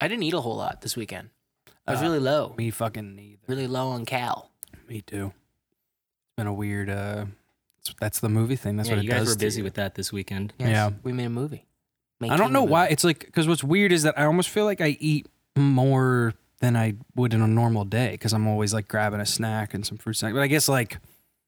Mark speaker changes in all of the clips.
Speaker 1: I didn't eat a whole lot this weekend. I was
Speaker 2: Uh,
Speaker 1: really low,
Speaker 2: Me fucking neither.
Speaker 1: really low on cal.
Speaker 2: Me too. It's been a weird. uh it's- That's the movie thing. That's
Speaker 3: yeah,
Speaker 2: what it
Speaker 3: you guys
Speaker 2: does
Speaker 3: were
Speaker 2: to
Speaker 3: busy
Speaker 2: you.
Speaker 3: with that this weekend.
Speaker 2: Yeah.
Speaker 1: we made a movie.
Speaker 2: I don't
Speaker 1: Making a
Speaker 2: know
Speaker 1: movie.
Speaker 2: why. It's like because what's weird is that I almost feel like I eat more than I would in a normal day because I'm always like grabbing a snack and some fruit snack. But I guess like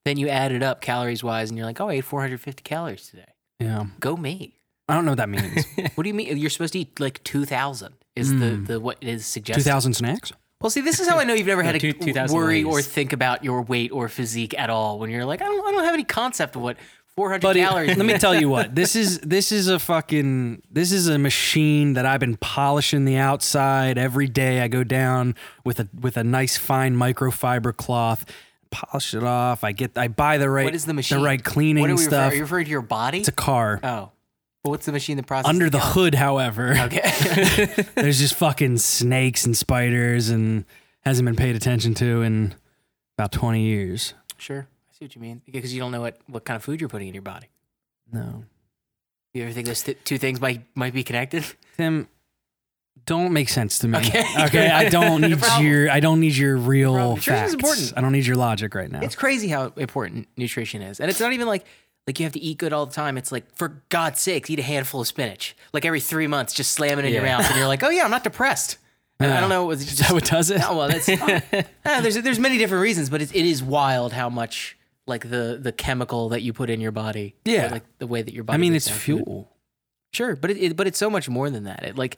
Speaker 1: Then you add it up calories wise, and you're like, oh, I ate 450 calories today.
Speaker 2: yeah,
Speaker 1: Go me.
Speaker 2: I don't know what that means.
Speaker 1: What do you mean? You're supposed to eat like 2,000 is
Speaker 2: Mm.
Speaker 1: the, the what is
Speaker 2: Two
Speaker 1: suggested.
Speaker 2: thousand snacks.
Speaker 1: Well, see, this is how I know you've never
Speaker 3: No,
Speaker 1: had to
Speaker 3: two- 2,000
Speaker 1: worry or
Speaker 3: ways.
Speaker 1: think about your weight or physique at all when you're like, I don't, I don't have any concept of what 400
Speaker 2: Buddy,
Speaker 1: calories.
Speaker 2: let me tell you what. This is this is a fucking this is a machine that I've been polishing the outside every day. I go down with a with a nice fine microfiber cloth, polish it off. I get I buy the right
Speaker 1: What is the machine?
Speaker 2: the right cleaning
Speaker 1: what are we refer-
Speaker 2: stuff.
Speaker 1: Are you referring to your body?
Speaker 2: it's a car.
Speaker 1: oh, well, what's the machine that processes?
Speaker 2: Under the
Speaker 1: cal-
Speaker 2: hood, however,
Speaker 1: Okay.
Speaker 2: there's just fucking snakes and spiders and hasn't been paid attention to in about 20 years.
Speaker 1: sure. I see what you mean. Because you don't know what, what kind of food you're putting in your body.
Speaker 2: No.
Speaker 1: You ever think those th- two things might might be connected?
Speaker 2: Tim, don't make sense to me.
Speaker 1: Okay.
Speaker 2: Okay, I don't
Speaker 1: No
Speaker 2: need
Speaker 1: problem.
Speaker 2: your I don't need your real
Speaker 1: problem.
Speaker 2: facts.
Speaker 1: Nutrition's important.
Speaker 2: I don't need your logic right now.
Speaker 1: It's crazy how important nutrition is. And it's not even like like you have to eat good all the time. It's like for God's sakes, eat a handful of spinach. Like every three months, just slam it in your
Speaker 3: Yeah.
Speaker 1: mouth, and you're like, oh yeah, I'm not depressed. And I don't know. Was it
Speaker 2: Is
Speaker 1: just,
Speaker 2: that what does it?
Speaker 1: Oh, well, that's Ah, there's there's many different reasons, but it, it is wild how much like the the chemical that you put in your body. or,
Speaker 2: Yeah.
Speaker 1: like the way that your body.
Speaker 2: I mean,
Speaker 1: breaks
Speaker 2: it's
Speaker 1: down food.
Speaker 2: fuel.
Speaker 1: Sure, but it, it but it's so much more than that. It like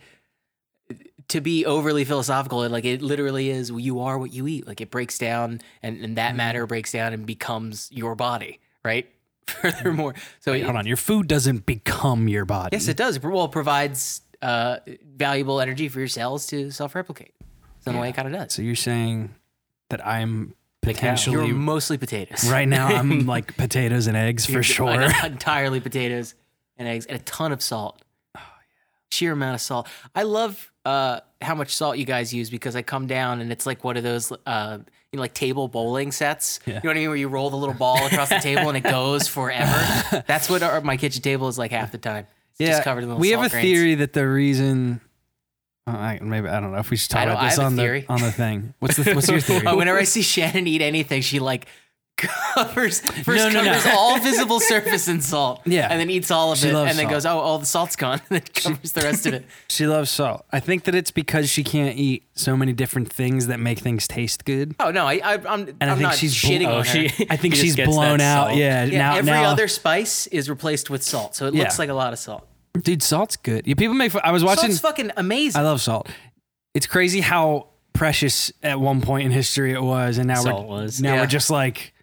Speaker 1: to be overly philosophical, it like it literally is you are what you eat. Like it breaks down and, and
Speaker 2: Mm-hmm.
Speaker 1: that matter breaks down and becomes your body, right? Furthermore. So it-
Speaker 2: Hold Mm-hmm. on, your food doesn't become your body.
Speaker 1: yes, it does. It, well it provides uh, valuable energy for your cells to self replicate. So in a way it kinda does.
Speaker 2: So you're saying that I'm
Speaker 1: You're
Speaker 2: potentially
Speaker 1: mostly potatoes.
Speaker 2: right now I'm like potatoes and eggs for
Speaker 1: You're
Speaker 2: sure.
Speaker 1: entirely potatoes and eggs and a ton of salt.
Speaker 2: Oh,
Speaker 1: Sheer amount of salt. I love uh, how much salt you guys use because I come down and it's like one of those, uh, you know, like table bowling sets. You know what I mean? Where you roll the little ball across the table and it goes forever. That's what our, my kitchen table is like half the time. It's just covered in little
Speaker 2: we
Speaker 1: salt
Speaker 2: have a
Speaker 1: grains.
Speaker 2: theory that the reason. Uh, I, maybe I don't know if we should
Speaker 1: I
Speaker 2: talk
Speaker 1: don't-
Speaker 2: about this
Speaker 1: I have a
Speaker 2: on the
Speaker 1: theory.
Speaker 2: on the thing. What's the, what's your theory?
Speaker 1: Uh, whenever I see Shannon eat anything, she like covers first
Speaker 2: No, no, no.
Speaker 1: covers all visible surface in salt.
Speaker 2: Yeah.
Speaker 1: And then eats all of
Speaker 2: She
Speaker 1: it
Speaker 2: loves
Speaker 1: and then
Speaker 2: salt.
Speaker 1: goes, Oh, all the salt's gone and then covers the rest of it.
Speaker 2: she loves salt. I think that it's because she can't eat so many different things that make things taste good.
Speaker 1: Oh no, I, I I'm and
Speaker 2: I
Speaker 1: I'm
Speaker 2: think
Speaker 1: not
Speaker 2: she's bl-
Speaker 1: shitting
Speaker 2: oh,
Speaker 1: on her.
Speaker 3: she-
Speaker 2: I think
Speaker 3: He just
Speaker 2: she's
Speaker 3: gets that
Speaker 2: blown out.
Speaker 3: salt.
Speaker 2: Yeah,
Speaker 1: yeah,
Speaker 2: now
Speaker 1: every
Speaker 2: now,
Speaker 1: other spice is replaced with salt, so it looks
Speaker 2: Yeah.
Speaker 1: like a lot of salt.
Speaker 2: dude, salt's good. Yeah, people make. fu- I was watching.
Speaker 1: Salt's fucking amazing.
Speaker 2: I love salt. It's crazy how precious at one point in history it was, and now
Speaker 3: Salt
Speaker 2: we're
Speaker 3: was.
Speaker 2: now
Speaker 1: Yeah.
Speaker 2: we're just like,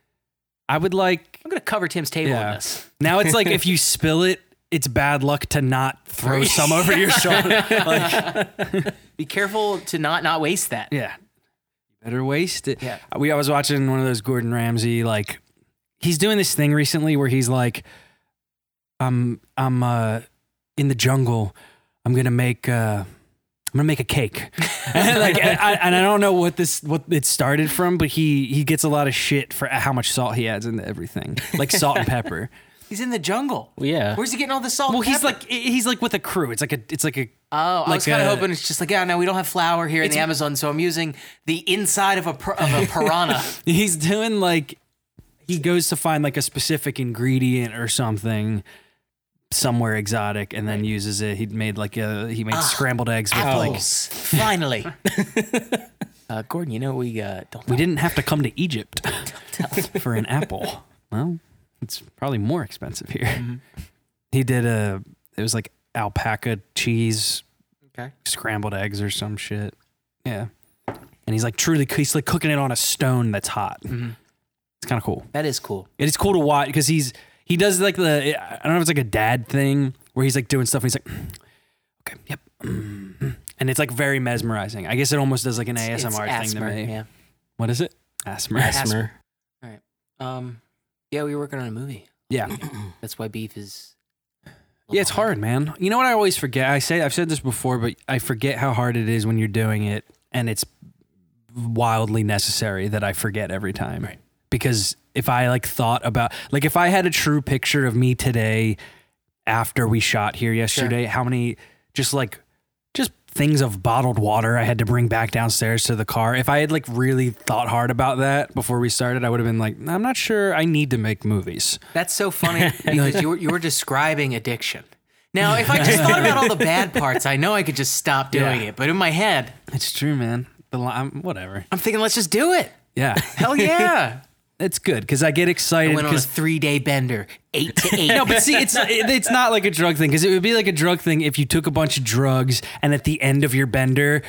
Speaker 2: I would like
Speaker 1: I'm gonna cover Tim's table
Speaker 2: Yeah.
Speaker 1: in this.
Speaker 2: Now it's like if you spill it, it's bad luck to not throw some over your shoulder. Like,
Speaker 1: Be careful to not not waste that.
Speaker 2: yeah. Better waste it.
Speaker 1: Yeah.
Speaker 2: We I was watching one of those Gordon Ramsay like he's doing this thing recently where he's like I'm I'm uh in the jungle. I'm going to make uh I'm gonna make a cake, and like, and I, and I don't know what this what it started from, but he he gets a lot of shit for how much salt he adds into everything, like salt and pepper.
Speaker 1: He's in the jungle.
Speaker 3: Well, yeah.
Speaker 1: Where's he getting all the salt?
Speaker 2: Well,
Speaker 1: and
Speaker 2: he's
Speaker 1: pepper?
Speaker 2: like he's like with a crew. It's like a it's like a
Speaker 1: Oh, I was
Speaker 2: like
Speaker 1: kind
Speaker 2: a-
Speaker 1: of hoping it's just like, yeah, no, we don't have flour here in the Amazon, so I'm using the inside of a pir- of a piranha.
Speaker 2: he's doing like he goes to find like a specific ingredient or something somewhere exotic and then uses it. He made like a he made scrambled eggs with like
Speaker 1: Ah, Apples, finally. uh, Gordon, you know we uh, don't.
Speaker 2: we didn't have to come to Egypt for an apple. Well, it's probably more expensive here.
Speaker 1: Mm-hmm.
Speaker 2: He did a it was like alpaca cheese
Speaker 1: Okay.
Speaker 2: scrambled eggs or some shit. Yeah. And he's like truly he's like cooking it on a stone that's hot. It's kind of cool.
Speaker 1: Mm-hmm. That is cool.
Speaker 2: It is cool to watch because he's he does like the I don't know if it's like a dad thing where he's like doing stuff and he's like, okay, yep, mm, and it's like very mesmerizing. I guess it almost does like an
Speaker 1: It's
Speaker 2: ASMR thing
Speaker 1: asthma,
Speaker 2: to me.
Speaker 1: Yeah.
Speaker 2: What is it? Asthma.
Speaker 3: Asmer.
Speaker 1: Um, yeah, we were working on a movie.
Speaker 2: Yeah,
Speaker 1: That's why beef is.
Speaker 2: yeah. It's hard, man. You know what I always forget? I say I've said this before, but I forget how hard it is when you're doing it, and it's wildly necessary that I forget every time. Right. Because if I like thought about like if I had a true picture of me today after we shot here yesterday, how many just like just things of bottled water I had to bring back downstairs to the car. If I had like really thought hard about that before we started, I would have been like, I'm not sure I need to make movies.
Speaker 1: That's so funny because you were, you were describing addiction. Now, if I just thought about all the bad parts, I know I could just stop doing
Speaker 2: Yeah.
Speaker 1: it. But in my head,
Speaker 2: It's true, man. The li- I'm, whatever.
Speaker 1: I'm thinking, let's just do it.
Speaker 2: Yeah.
Speaker 1: Hell yeah.
Speaker 2: it's good because I get excited
Speaker 1: I went on a
Speaker 2: because
Speaker 1: three day bender, eight to eight.
Speaker 2: No, but see, it's it- it's not like a drug thing because it would be like a drug thing if you took a bunch of drugs and at the end of your bender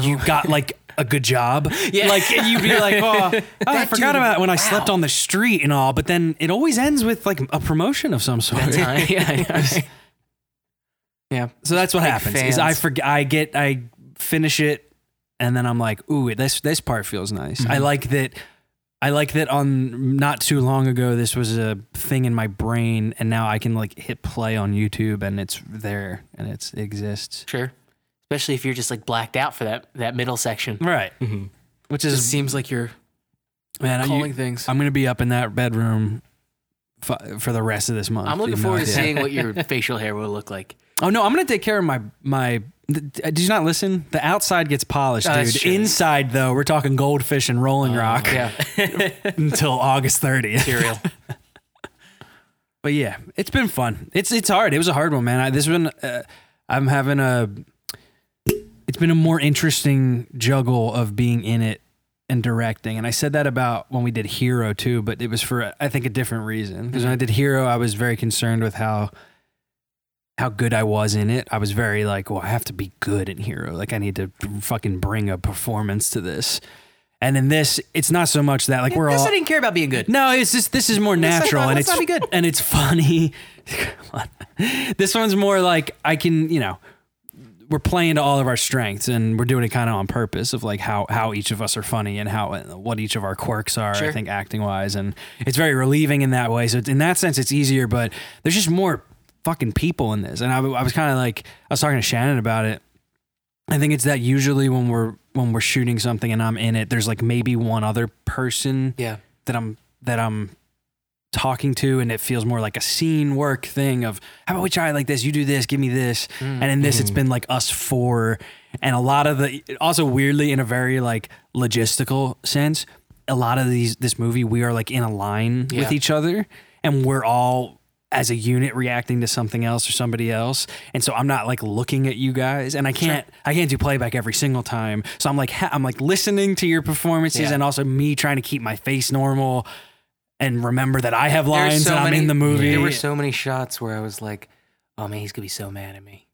Speaker 2: you got like a good job.
Speaker 1: Yeah.
Speaker 2: Like and you'd be like, oh, oh, I
Speaker 1: That
Speaker 2: forgot
Speaker 1: dude-
Speaker 2: about when I slept
Speaker 1: wow.
Speaker 2: on the street and all. But then it always ends with like a promotion of some sort.
Speaker 1: yeah, yeah. yeah.
Speaker 2: So that's what
Speaker 1: Big
Speaker 2: happens.
Speaker 1: fans.
Speaker 2: Is I forget. I get. I finish it, and then I'm like, ooh, this this part feels nice. I
Speaker 1: Mm-hmm.
Speaker 2: like that. I like that. On not too long ago, this was a thing in my brain, and now I can like hit play on YouTube, and it's there, and it's exists.
Speaker 1: Sure. Especially if you're just like blacked out for that that middle section.
Speaker 2: Right. Which
Speaker 1: It
Speaker 2: is
Speaker 1: just seems like you're
Speaker 2: man.
Speaker 1: calling
Speaker 2: You,
Speaker 1: things. I'm,
Speaker 2: I'm gonna be up in that bedroom. fu- For the rest of this month,
Speaker 1: looking
Speaker 2: You have no
Speaker 1: forward to
Speaker 2: idea.
Speaker 1: seeing what your facial hair will look like.
Speaker 2: Oh no, I'm gonna take care of my my. th- uh, Did you not listen? The outside gets polished,
Speaker 1: Oh, that's
Speaker 2: dude.
Speaker 1: true. Oh,
Speaker 2: Inside though, we're talking goldfish and Rolling Rock
Speaker 1: Yeah.
Speaker 2: until August 30th.
Speaker 1: Material.
Speaker 2: But yeah, it's been fun. It's it's hard. It was a hard one, man. I, this one, uh, I'm having a. It's been a more interesting juggle of being in it and directing, and I said that about when we did Hero too, but it was for I think a different reason because when I did Hero, I was very concerned with how how good I was in it. I was very like, well, I have to be good in Hero. Like I need to fucking bring a performance to this. And in this, it's not so much that like we're
Speaker 1: Guess
Speaker 2: all
Speaker 1: I didn't care about being good.
Speaker 2: no, it's just this is more
Speaker 1: not-
Speaker 2: natural and
Speaker 1: let's
Speaker 2: it's
Speaker 1: not be good.
Speaker 2: and it's funny. Come on. This one's more like I can, you know, we're playing to all of our strengths and we're doing it kind of on purpose of like how how each of us are funny and how uh, what each of our quirks are. I
Speaker 1: Sure.
Speaker 2: think acting wise and it's very relieving in that way. So in that sense, it's easier, but there's just more fucking people in this. And I, w- I was kind of like I was talking to Shannon about it. I think it's that usually when we're when we're shooting something and I'm in it, there's like maybe one other person
Speaker 1: Yeah.
Speaker 2: that I'm that I'm talking to and it feels more like a scene work thing of how about we try it like this you do this give me this
Speaker 1: Mm.
Speaker 2: and in this it's been like us four and a lot of the also weirdly in a very like logistical sense a lot of these this movie we are like in a line
Speaker 1: Yeah.
Speaker 2: with each other and we're all as a unit reacting to something else or somebody else and so i'm not like looking at you guys and i can't i can't do playback every single time so i'm like ha- i'm like listening to your performances
Speaker 1: Yeah.
Speaker 2: and also me trying to keep my face normal and remember that I have
Speaker 1: There are
Speaker 2: lines
Speaker 1: so
Speaker 2: and I'm
Speaker 1: many-
Speaker 2: in the movie.
Speaker 1: There were so many shots where I was like, "Oh man, he's gonna be so mad at me."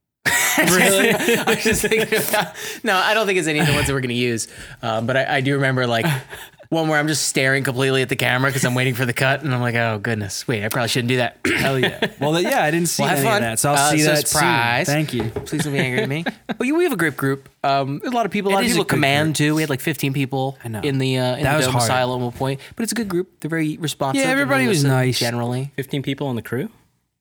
Speaker 2: Really?
Speaker 1: I was just thinking about- no, I don't think it's any of the ones that we're gonna use. Um, but I, I do remember like one where I'm just staring completely at the camera because I'm waiting for the cut, and I'm like, "Oh goodness, wait, I probably shouldn't do that."
Speaker 2: Hell yeah. Well, yeah, I didn't see
Speaker 1: Well, have
Speaker 2: any of
Speaker 1: fun.
Speaker 2: that, so I'll
Speaker 1: Uh,
Speaker 2: see
Speaker 1: so
Speaker 2: that soon.
Speaker 1: surprise.
Speaker 2: Thank you.
Speaker 1: Please don't be angry at me. Well, you, we have a great group. Um, a lot of people. A lot of
Speaker 2: is a
Speaker 1: people
Speaker 2: good
Speaker 1: command too. We had like 15 people
Speaker 2: know.
Speaker 1: in the uh, in
Speaker 2: That
Speaker 1: the
Speaker 2: was
Speaker 1: dome
Speaker 2: hard.
Speaker 1: asylum at one point. But it's a good group. They're very responsive.
Speaker 2: Yeah,
Speaker 1: They really
Speaker 2: everybody was
Speaker 1: listen
Speaker 2: nice.
Speaker 1: generally.
Speaker 3: 15 people on the crew?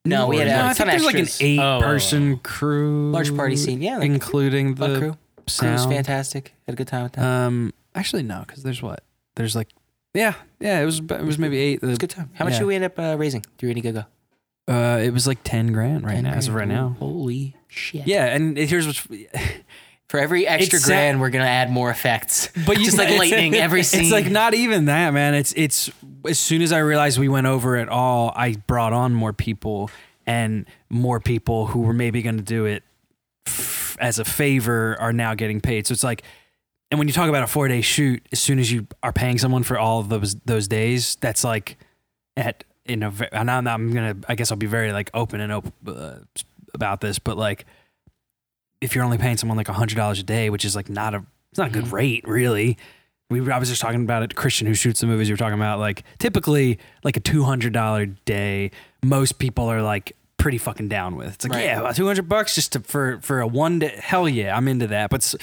Speaker 1: No, we had
Speaker 2: no,
Speaker 1: uh,
Speaker 2: I
Speaker 1: some
Speaker 2: think there's like an
Speaker 1: extras.
Speaker 2: eight
Speaker 3: Oh.
Speaker 2: person crew,
Speaker 1: Large party scene, yeah, like
Speaker 2: including
Speaker 1: fun
Speaker 2: the
Speaker 1: crew. Crew was
Speaker 2: sound.
Speaker 1: fantastic. Had a good time with that.
Speaker 2: Um, actually no, because there's what there's like, yeah, yeah, it was it was maybe eight.
Speaker 1: it was a good time. How much
Speaker 2: yeah.
Speaker 1: did we end up uh, raising through Indiegogo?
Speaker 2: Uh, it was like ten grand right now, as of right now.
Speaker 1: Holy shit!
Speaker 2: Yeah, and it- here's what's
Speaker 1: For every extra
Speaker 2: It's sa-
Speaker 1: grand, we're gonna add more effects.
Speaker 2: but you,
Speaker 1: just like
Speaker 2: it's-
Speaker 1: lightning every scene.
Speaker 2: It's like not even that, man. It's it's as soon as I realized we went over it all, I brought on more people and more people who were maybe going to do it f- as a favor are now getting paid. So it's like, and when you talk about a four day shoot, as soon as you are paying someone for all of those those days, that's like at in a ve- and I'm, I'm gonna I guess I'll be very like open and open uh, about this, but like if you're only paying someone like hundred dollars a day, which is like not a it's not a good rate really. We were- I was just talking about it. to Christian, who shoots the movies, you were talking about like typically like a two hundred dollar day. Most people are like pretty fucking down with. It's like
Speaker 1: Right.
Speaker 2: yeah, two hundred bucks just to, for for a one day. Hell yeah, I'm into that. But s-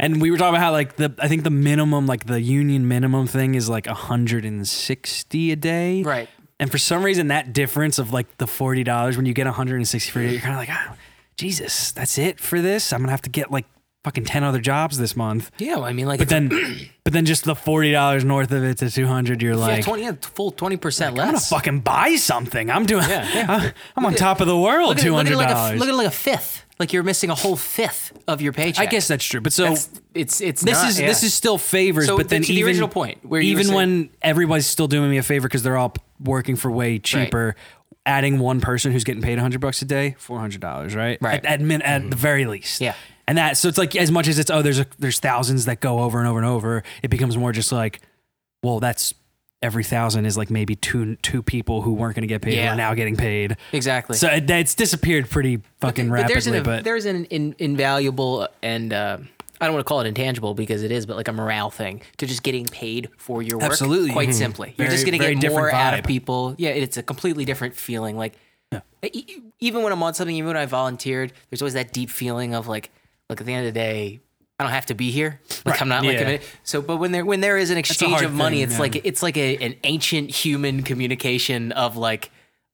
Speaker 2: and we were talking about how like the I think the minimum like the union minimum thing is like 160 a day.
Speaker 1: Right.
Speaker 2: And for some reason that difference of like the $40 when you get 160 for a day, you're kind of like, ah, Jesus, that's it for this. I'm going to have to get like fucking 10 other jobs this month.
Speaker 1: yeah, well, I mean, like
Speaker 2: But then but then just the $40 north of it to 200, you're
Speaker 1: yeah,
Speaker 2: like
Speaker 1: twenty, yeah, full twenty percent
Speaker 2: I'm gonna
Speaker 1: less.
Speaker 2: fucking buy something. I'm doing.
Speaker 1: Yeah, yeah.
Speaker 2: I'm, I'm on top of the world.
Speaker 1: Look at it-
Speaker 2: Two hundred
Speaker 1: Look at, it like a,
Speaker 2: dollars.
Speaker 1: look at it like a fifth. Like you're missing a whole fifth of your paycheck.
Speaker 2: I guess that's true. But so
Speaker 1: That's- it's it's
Speaker 2: this
Speaker 1: not-
Speaker 2: is
Speaker 1: yeah.
Speaker 2: this is still favors.
Speaker 1: So
Speaker 2: but then
Speaker 1: to the
Speaker 2: even,
Speaker 1: original point where you were
Speaker 2: even
Speaker 1: saying-
Speaker 2: when everybody's still doing me a favor because they're all p- working for way cheaper, adding one person who's getting paid hundred bucks a day, four hundred dollars, right?
Speaker 1: Right.
Speaker 2: At, at, min, at the very least.
Speaker 1: Yeah.
Speaker 2: And that so it's like as much as it's oh there's a, there's thousands that go over and over and over, it becomes more just like, well that's every thousand is like maybe two two people who weren't going to get paid
Speaker 1: Yeah.
Speaker 2: are now getting paid.
Speaker 1: exactly.
Speaker 2: So it, that's disappeared pretty fucking
Speaker 1: but
Speaker 2: rapidly.
Speaker 1: there's an
Speaker 2: but
Speaker 1: there's an in, invaluable and uh, I don't want to call it intangible because it is, but like a morale thing to just getting paid for your work.
Speaker 2: Absolutely.
Speaker 1: quite
Speaker 2: Mhm.
Speaker 1: simply, you're
Speaker 2: Very-
Speaker 1: just going to
Speaker 2: very
Speaker 1: get more
Speaker 2: different
Speaker 1: out of
Speaker 2: vibe.
Speaker 1: people. Yeah, it's a completely different feeling. Like e- e- even when I'm on something, even when I volunteered, there's always that deep feeling of like, look at the end of the day. I don't have to be here. Like I'm not like
Speaker 2: yeah.
Speaker 1: committed. so. But when there when there is an exchange
Speaker 2: hard
Speaker 1: of money,
Speaker 2: thing,
Speaker 1: it's
Speaker 2: yeah.
Speaker 1: like it's like a, an ancient human communication of like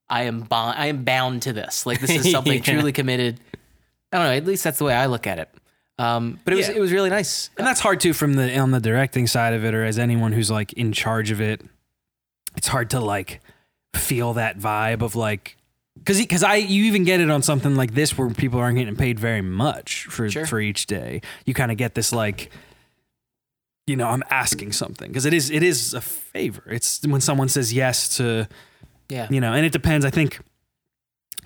Speaker 1: I am bond, I am bound to this. Like this is something
Speaker 2: Yeah.
Speaker 1: truly committed. I don't know. At least that's the way I look at it. Um, but it was
Speaker 2: Yeah.
Speaker 1: it was really nice.
Speaker 2: and that's hard too from the on the directing side of it or as anyone who's like in charge of it it's hard to like feel that vibe of like because because i you even get it on something like this where people aren't getting paid very much for
Speaker 1: Sure.
Speaker 2: for each day you kind of get this like you know i'm asking something because it is it is a favor it's when someone says yes to
Speaker 1: Yeah.
Speaker 2: you know and it depends i think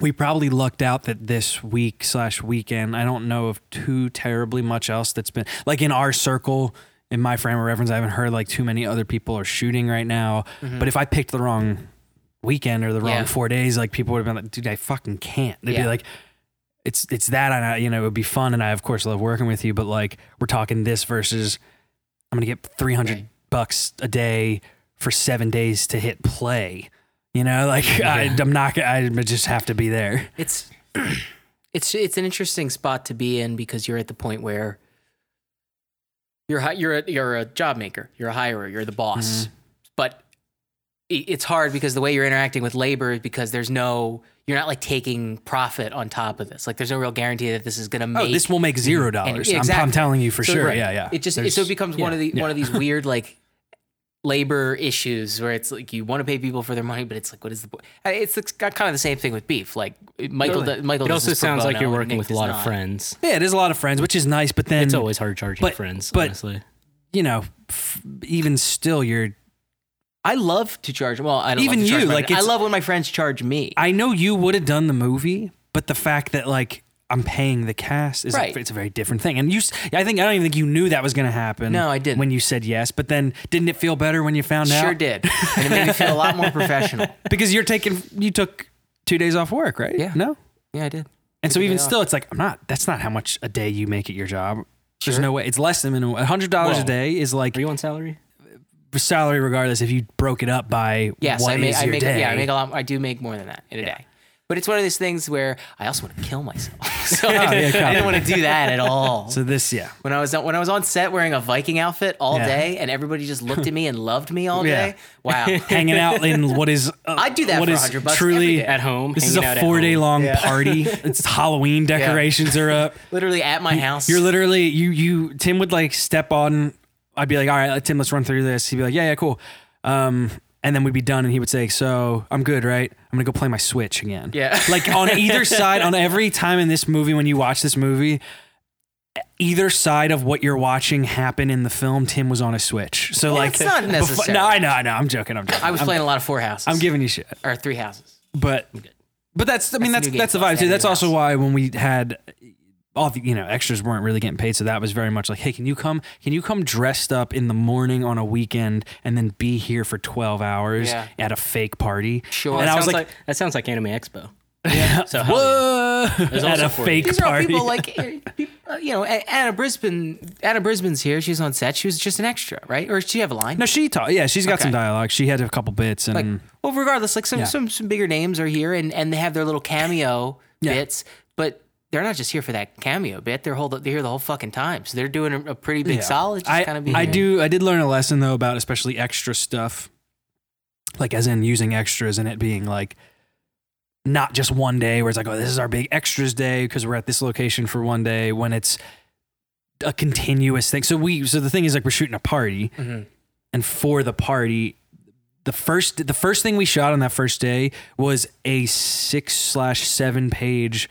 Speaker 2: we probably lucked out that this week slash weekend i don't know of too terribly much else that's been like in our circle in my frame of reference i haven't heard like too many other people are shooting right now but if i picked the wrong weekend or the wrong
Speaker 1: Mm-hmm. Yeah.
Speaker 2: four days like people would have been like dude i fucking can't they'd
Speaker 1: Yeah.
Speaker 2: be like it's it's that and i you know it would be fun and i of course love working with you but like we're talking this versus i'm gonna get 300
Speaker 1: Right.
Speaker 2: bucks a day for seven days to hit play you know, like I, I'm not. gonna- I just have to be there.
Speaker 1: It's it's it's an interesting spot to be in because you're at the point where you're hi- you're a, you're a job maker, you're a hirer, you're the boss.
Speaker 2: Mm-hmm.
Speaker 1: But i- it's hard because the way you're interacting with labor is because there's no you're not like taking profit on top of this. Like there's no real guarantee that this is going to make
Speaker 2: Oh, this will make zero dollars. I'm- I'm,
Speaker 1: exactly.
Speaker 2: telling you for
Speaker 1: So,
Speaker 2: sure.
Speaker 1: right.
Speaker 2: Yeah, yeah.
Speaker 1: It just
Speaker 2: There's-
Speaker 1: so it becomes one of the
Speaker 2: yeah.
Speaker 1: one of these weird like labor issues where it's like you want to pay people for their money, but it's like what is the point? Uh, It's the- kind of the same thing with beef. Like Michael,
Speaker 2: Totally.
Speaker 1: d- Michael.
Speaker 3: It
Speaker 1: does
Speaker 3: also
Speaker 1: this pro
Speaker 3: sounds like
Speaker 1: bono,
Speaker 3: you're
Speaker 1: and
Speaker 3: working
Speaker 1: Nick
Speaker 3: with a
Speaker 1: does
Speaker 3: lot
Speaker 1: not.
Speaker 3: of friends.
Speaker 2: yeah. It is a lot of friends, which is nice. But then
Speaker 3: It's always hard charging
Speaker 2: But-
Speaker 3: friends,
Speaker 2: but-
Speaker 3: honestly.
Speaker 2: you know, f- even still, you're.
Speaker 1: I love to charge. Well, I don't
Speaker 2: Even
Speaker 1: love to charge
Speaker 2: you,
Speaker 1: my-
Speaker 2: like,
Speaker 1: I
Speaker 2: it's-
Speaker 1: love when my friends charge me.
Speaker 2: I know you would have done the movie, but the fact that like I'm paying the cast is
Speaker 1: Right.
Speaker 2: it's a very different thing. And you, s- I think I don't even think you knew that was going to happen.
Speaker 1: No, I didn't.
Speaker 2: When you said yes, but then didn't it feel better when you found out?
Speaker 1: sure did, and it made me feel a lot more professional.
Speaker 2: Because you're taking you took two days off work, right?
Speaker 1: Yeah.
Speaker 2: No.
Speaker 1: Yeah, I did.
Speaker 2: And so
Speaker 1: Take a
Speaker 2: even
Speaker 1: day off.
Speaker 2: still, it's like I'm not. That's not how much a day you make at your job. There's
Speaker 1: Sure.
Speaker 2: no way. It's less than minimum. hundred dollars a
Speaker 3: Well,
Speaker 2: day is like
Speaker 3: Are you on salary?
Speaker 2: salary, regardless if you broke it up by
Speaker 1: Yes,
Speaker 2: what
Speaker 1: I make.
Speaker 2: is
Speaker 1: I
Speaker 2: your
Speaker 1: make
Speaker 2: day.
Speaker 1: Yeah, I make a lot. I do make more than that in a day. But it's one of these things where I also want to kill myself.
Speaker 2: Oh,
Speaker 1: so I didn't, I didn't want to do that at all.
Speaker 2: so this, yeah,
Speaker 1: when I was on, when I was on set wearing a Viking outfit all
Speaker 2: Yeah.
Speaker 1: day, and everybody just looked at me and loved me all
Speaker 2: Yeah.
Speaker 1: day. Wow,
Speaker 2: hanging out in what is uh,
Speaker 1: I'd do that
Speaker 2: what
Speaker 1: for
Speaker 2: is
Speaker 1: 100 bucks every
Speaker 2: truly
Speaker 1: day.
Speaker 3: At home,
Speaker 2: This is
Speaker 3: hanging
Speaker 2: a
Speaker 3: out at
Speaker 2: four day
Speaker 3: home.
Speaker 2: long party. It's Halloween decorations are up.
Speaker 1: literally at my house.
Speaker 2: You're literally you you Tim would like step on. I'd be like, all right, Tim, let's run through this. He'd be like, yeah, yeah, cool. Um, and then we'd be done, and he would say, so I'm good, right? I'm gonna go play my Switch again.
Speaker 1: Yeah.
Speaker 2: like on either side, on every time in this movie, when you watch this movie, either side of what you're watching happen in the film, Tim was on a Switch. So like,
Speaker 1: it's not
Speaker 2: befo-
Speaker 1: necessary.
Speaker 2: no, I know, I know. I'm joking. I'm joking.
Speaker 1: I was
Speaker 2: I'm,
Speaker 1: playing a lot of four houses.
Speaker 2: I'm giving you shit
Speaker 1: or three houses.
Speaker 2: but but that's I mean
Speaker 1: That's the
Speaker 2: that's
Speaker 1: new
Speaker 2: that's, the
Speaker 1: Game Plus,
Speaker 2: vibe too.
Speaker 1: yeah,
Speaker 2: That's
Speaker 1: new
Speaker 2: also
Speaker 1: house.
Speaker 2: why when we had all the you know extras weren't really getting paid, so that was very much like, hey, can you come? Can you come dressed up in the morning on a weekend and then be here for twelve hours
Speaker 1: Yeah.
Speaker 2: at a fake party?
Speaker 1: Sure.
Speaker 2: And
Speaker 1: That
Speaker 2: I was
Speaker 3: Sounds
Speaker 2: like,
Speaker 3: like, that sounds like Anime Expo. So hell yeah.
Speaker 2: whoa, at
Speaker 3: also
Speaker 2: a
Speaker 3: for
Speaker 2: fake
Speaker 1: These are all
Speaker 2: party.
Speaker 1: people like eh, peop- uh, you know A- Anna Brisbane. Anna Brisbane's here. She's on set. She was just an extra, right? Or did she have a line?
Speaker 2: no, she taught. Yeah, she's got some
Speaker 1: Okay.
Speaker 2: dialogue. She had a couple bits and.
Speaker 1: Like, well, regardless, like some
Speaker 2: Yeah.
Speaker 1: some some bigger names are here, and and they have their little cameo bits, but. They're not just here for that cameo bit. They're whole. They're here the whole fucking time. So they're doing a, a pretty big
Speaker 2: Yeah.
Speaker 1: solid. Just
Speaker 2: I,
Speaker 1: kind of being
Speaker 2: I
Speaker 1: here.
Speaker 2: do I did learn a lesson though about especially extra stuff, like as in using extras and it being like not just one day where it's like oh this is our big extras day because we're at this location for one day when it's a continuous thing. So we so the thing is like we're shooting a party and for the party. The first, the first thing we shot on that first day was a six slash seven page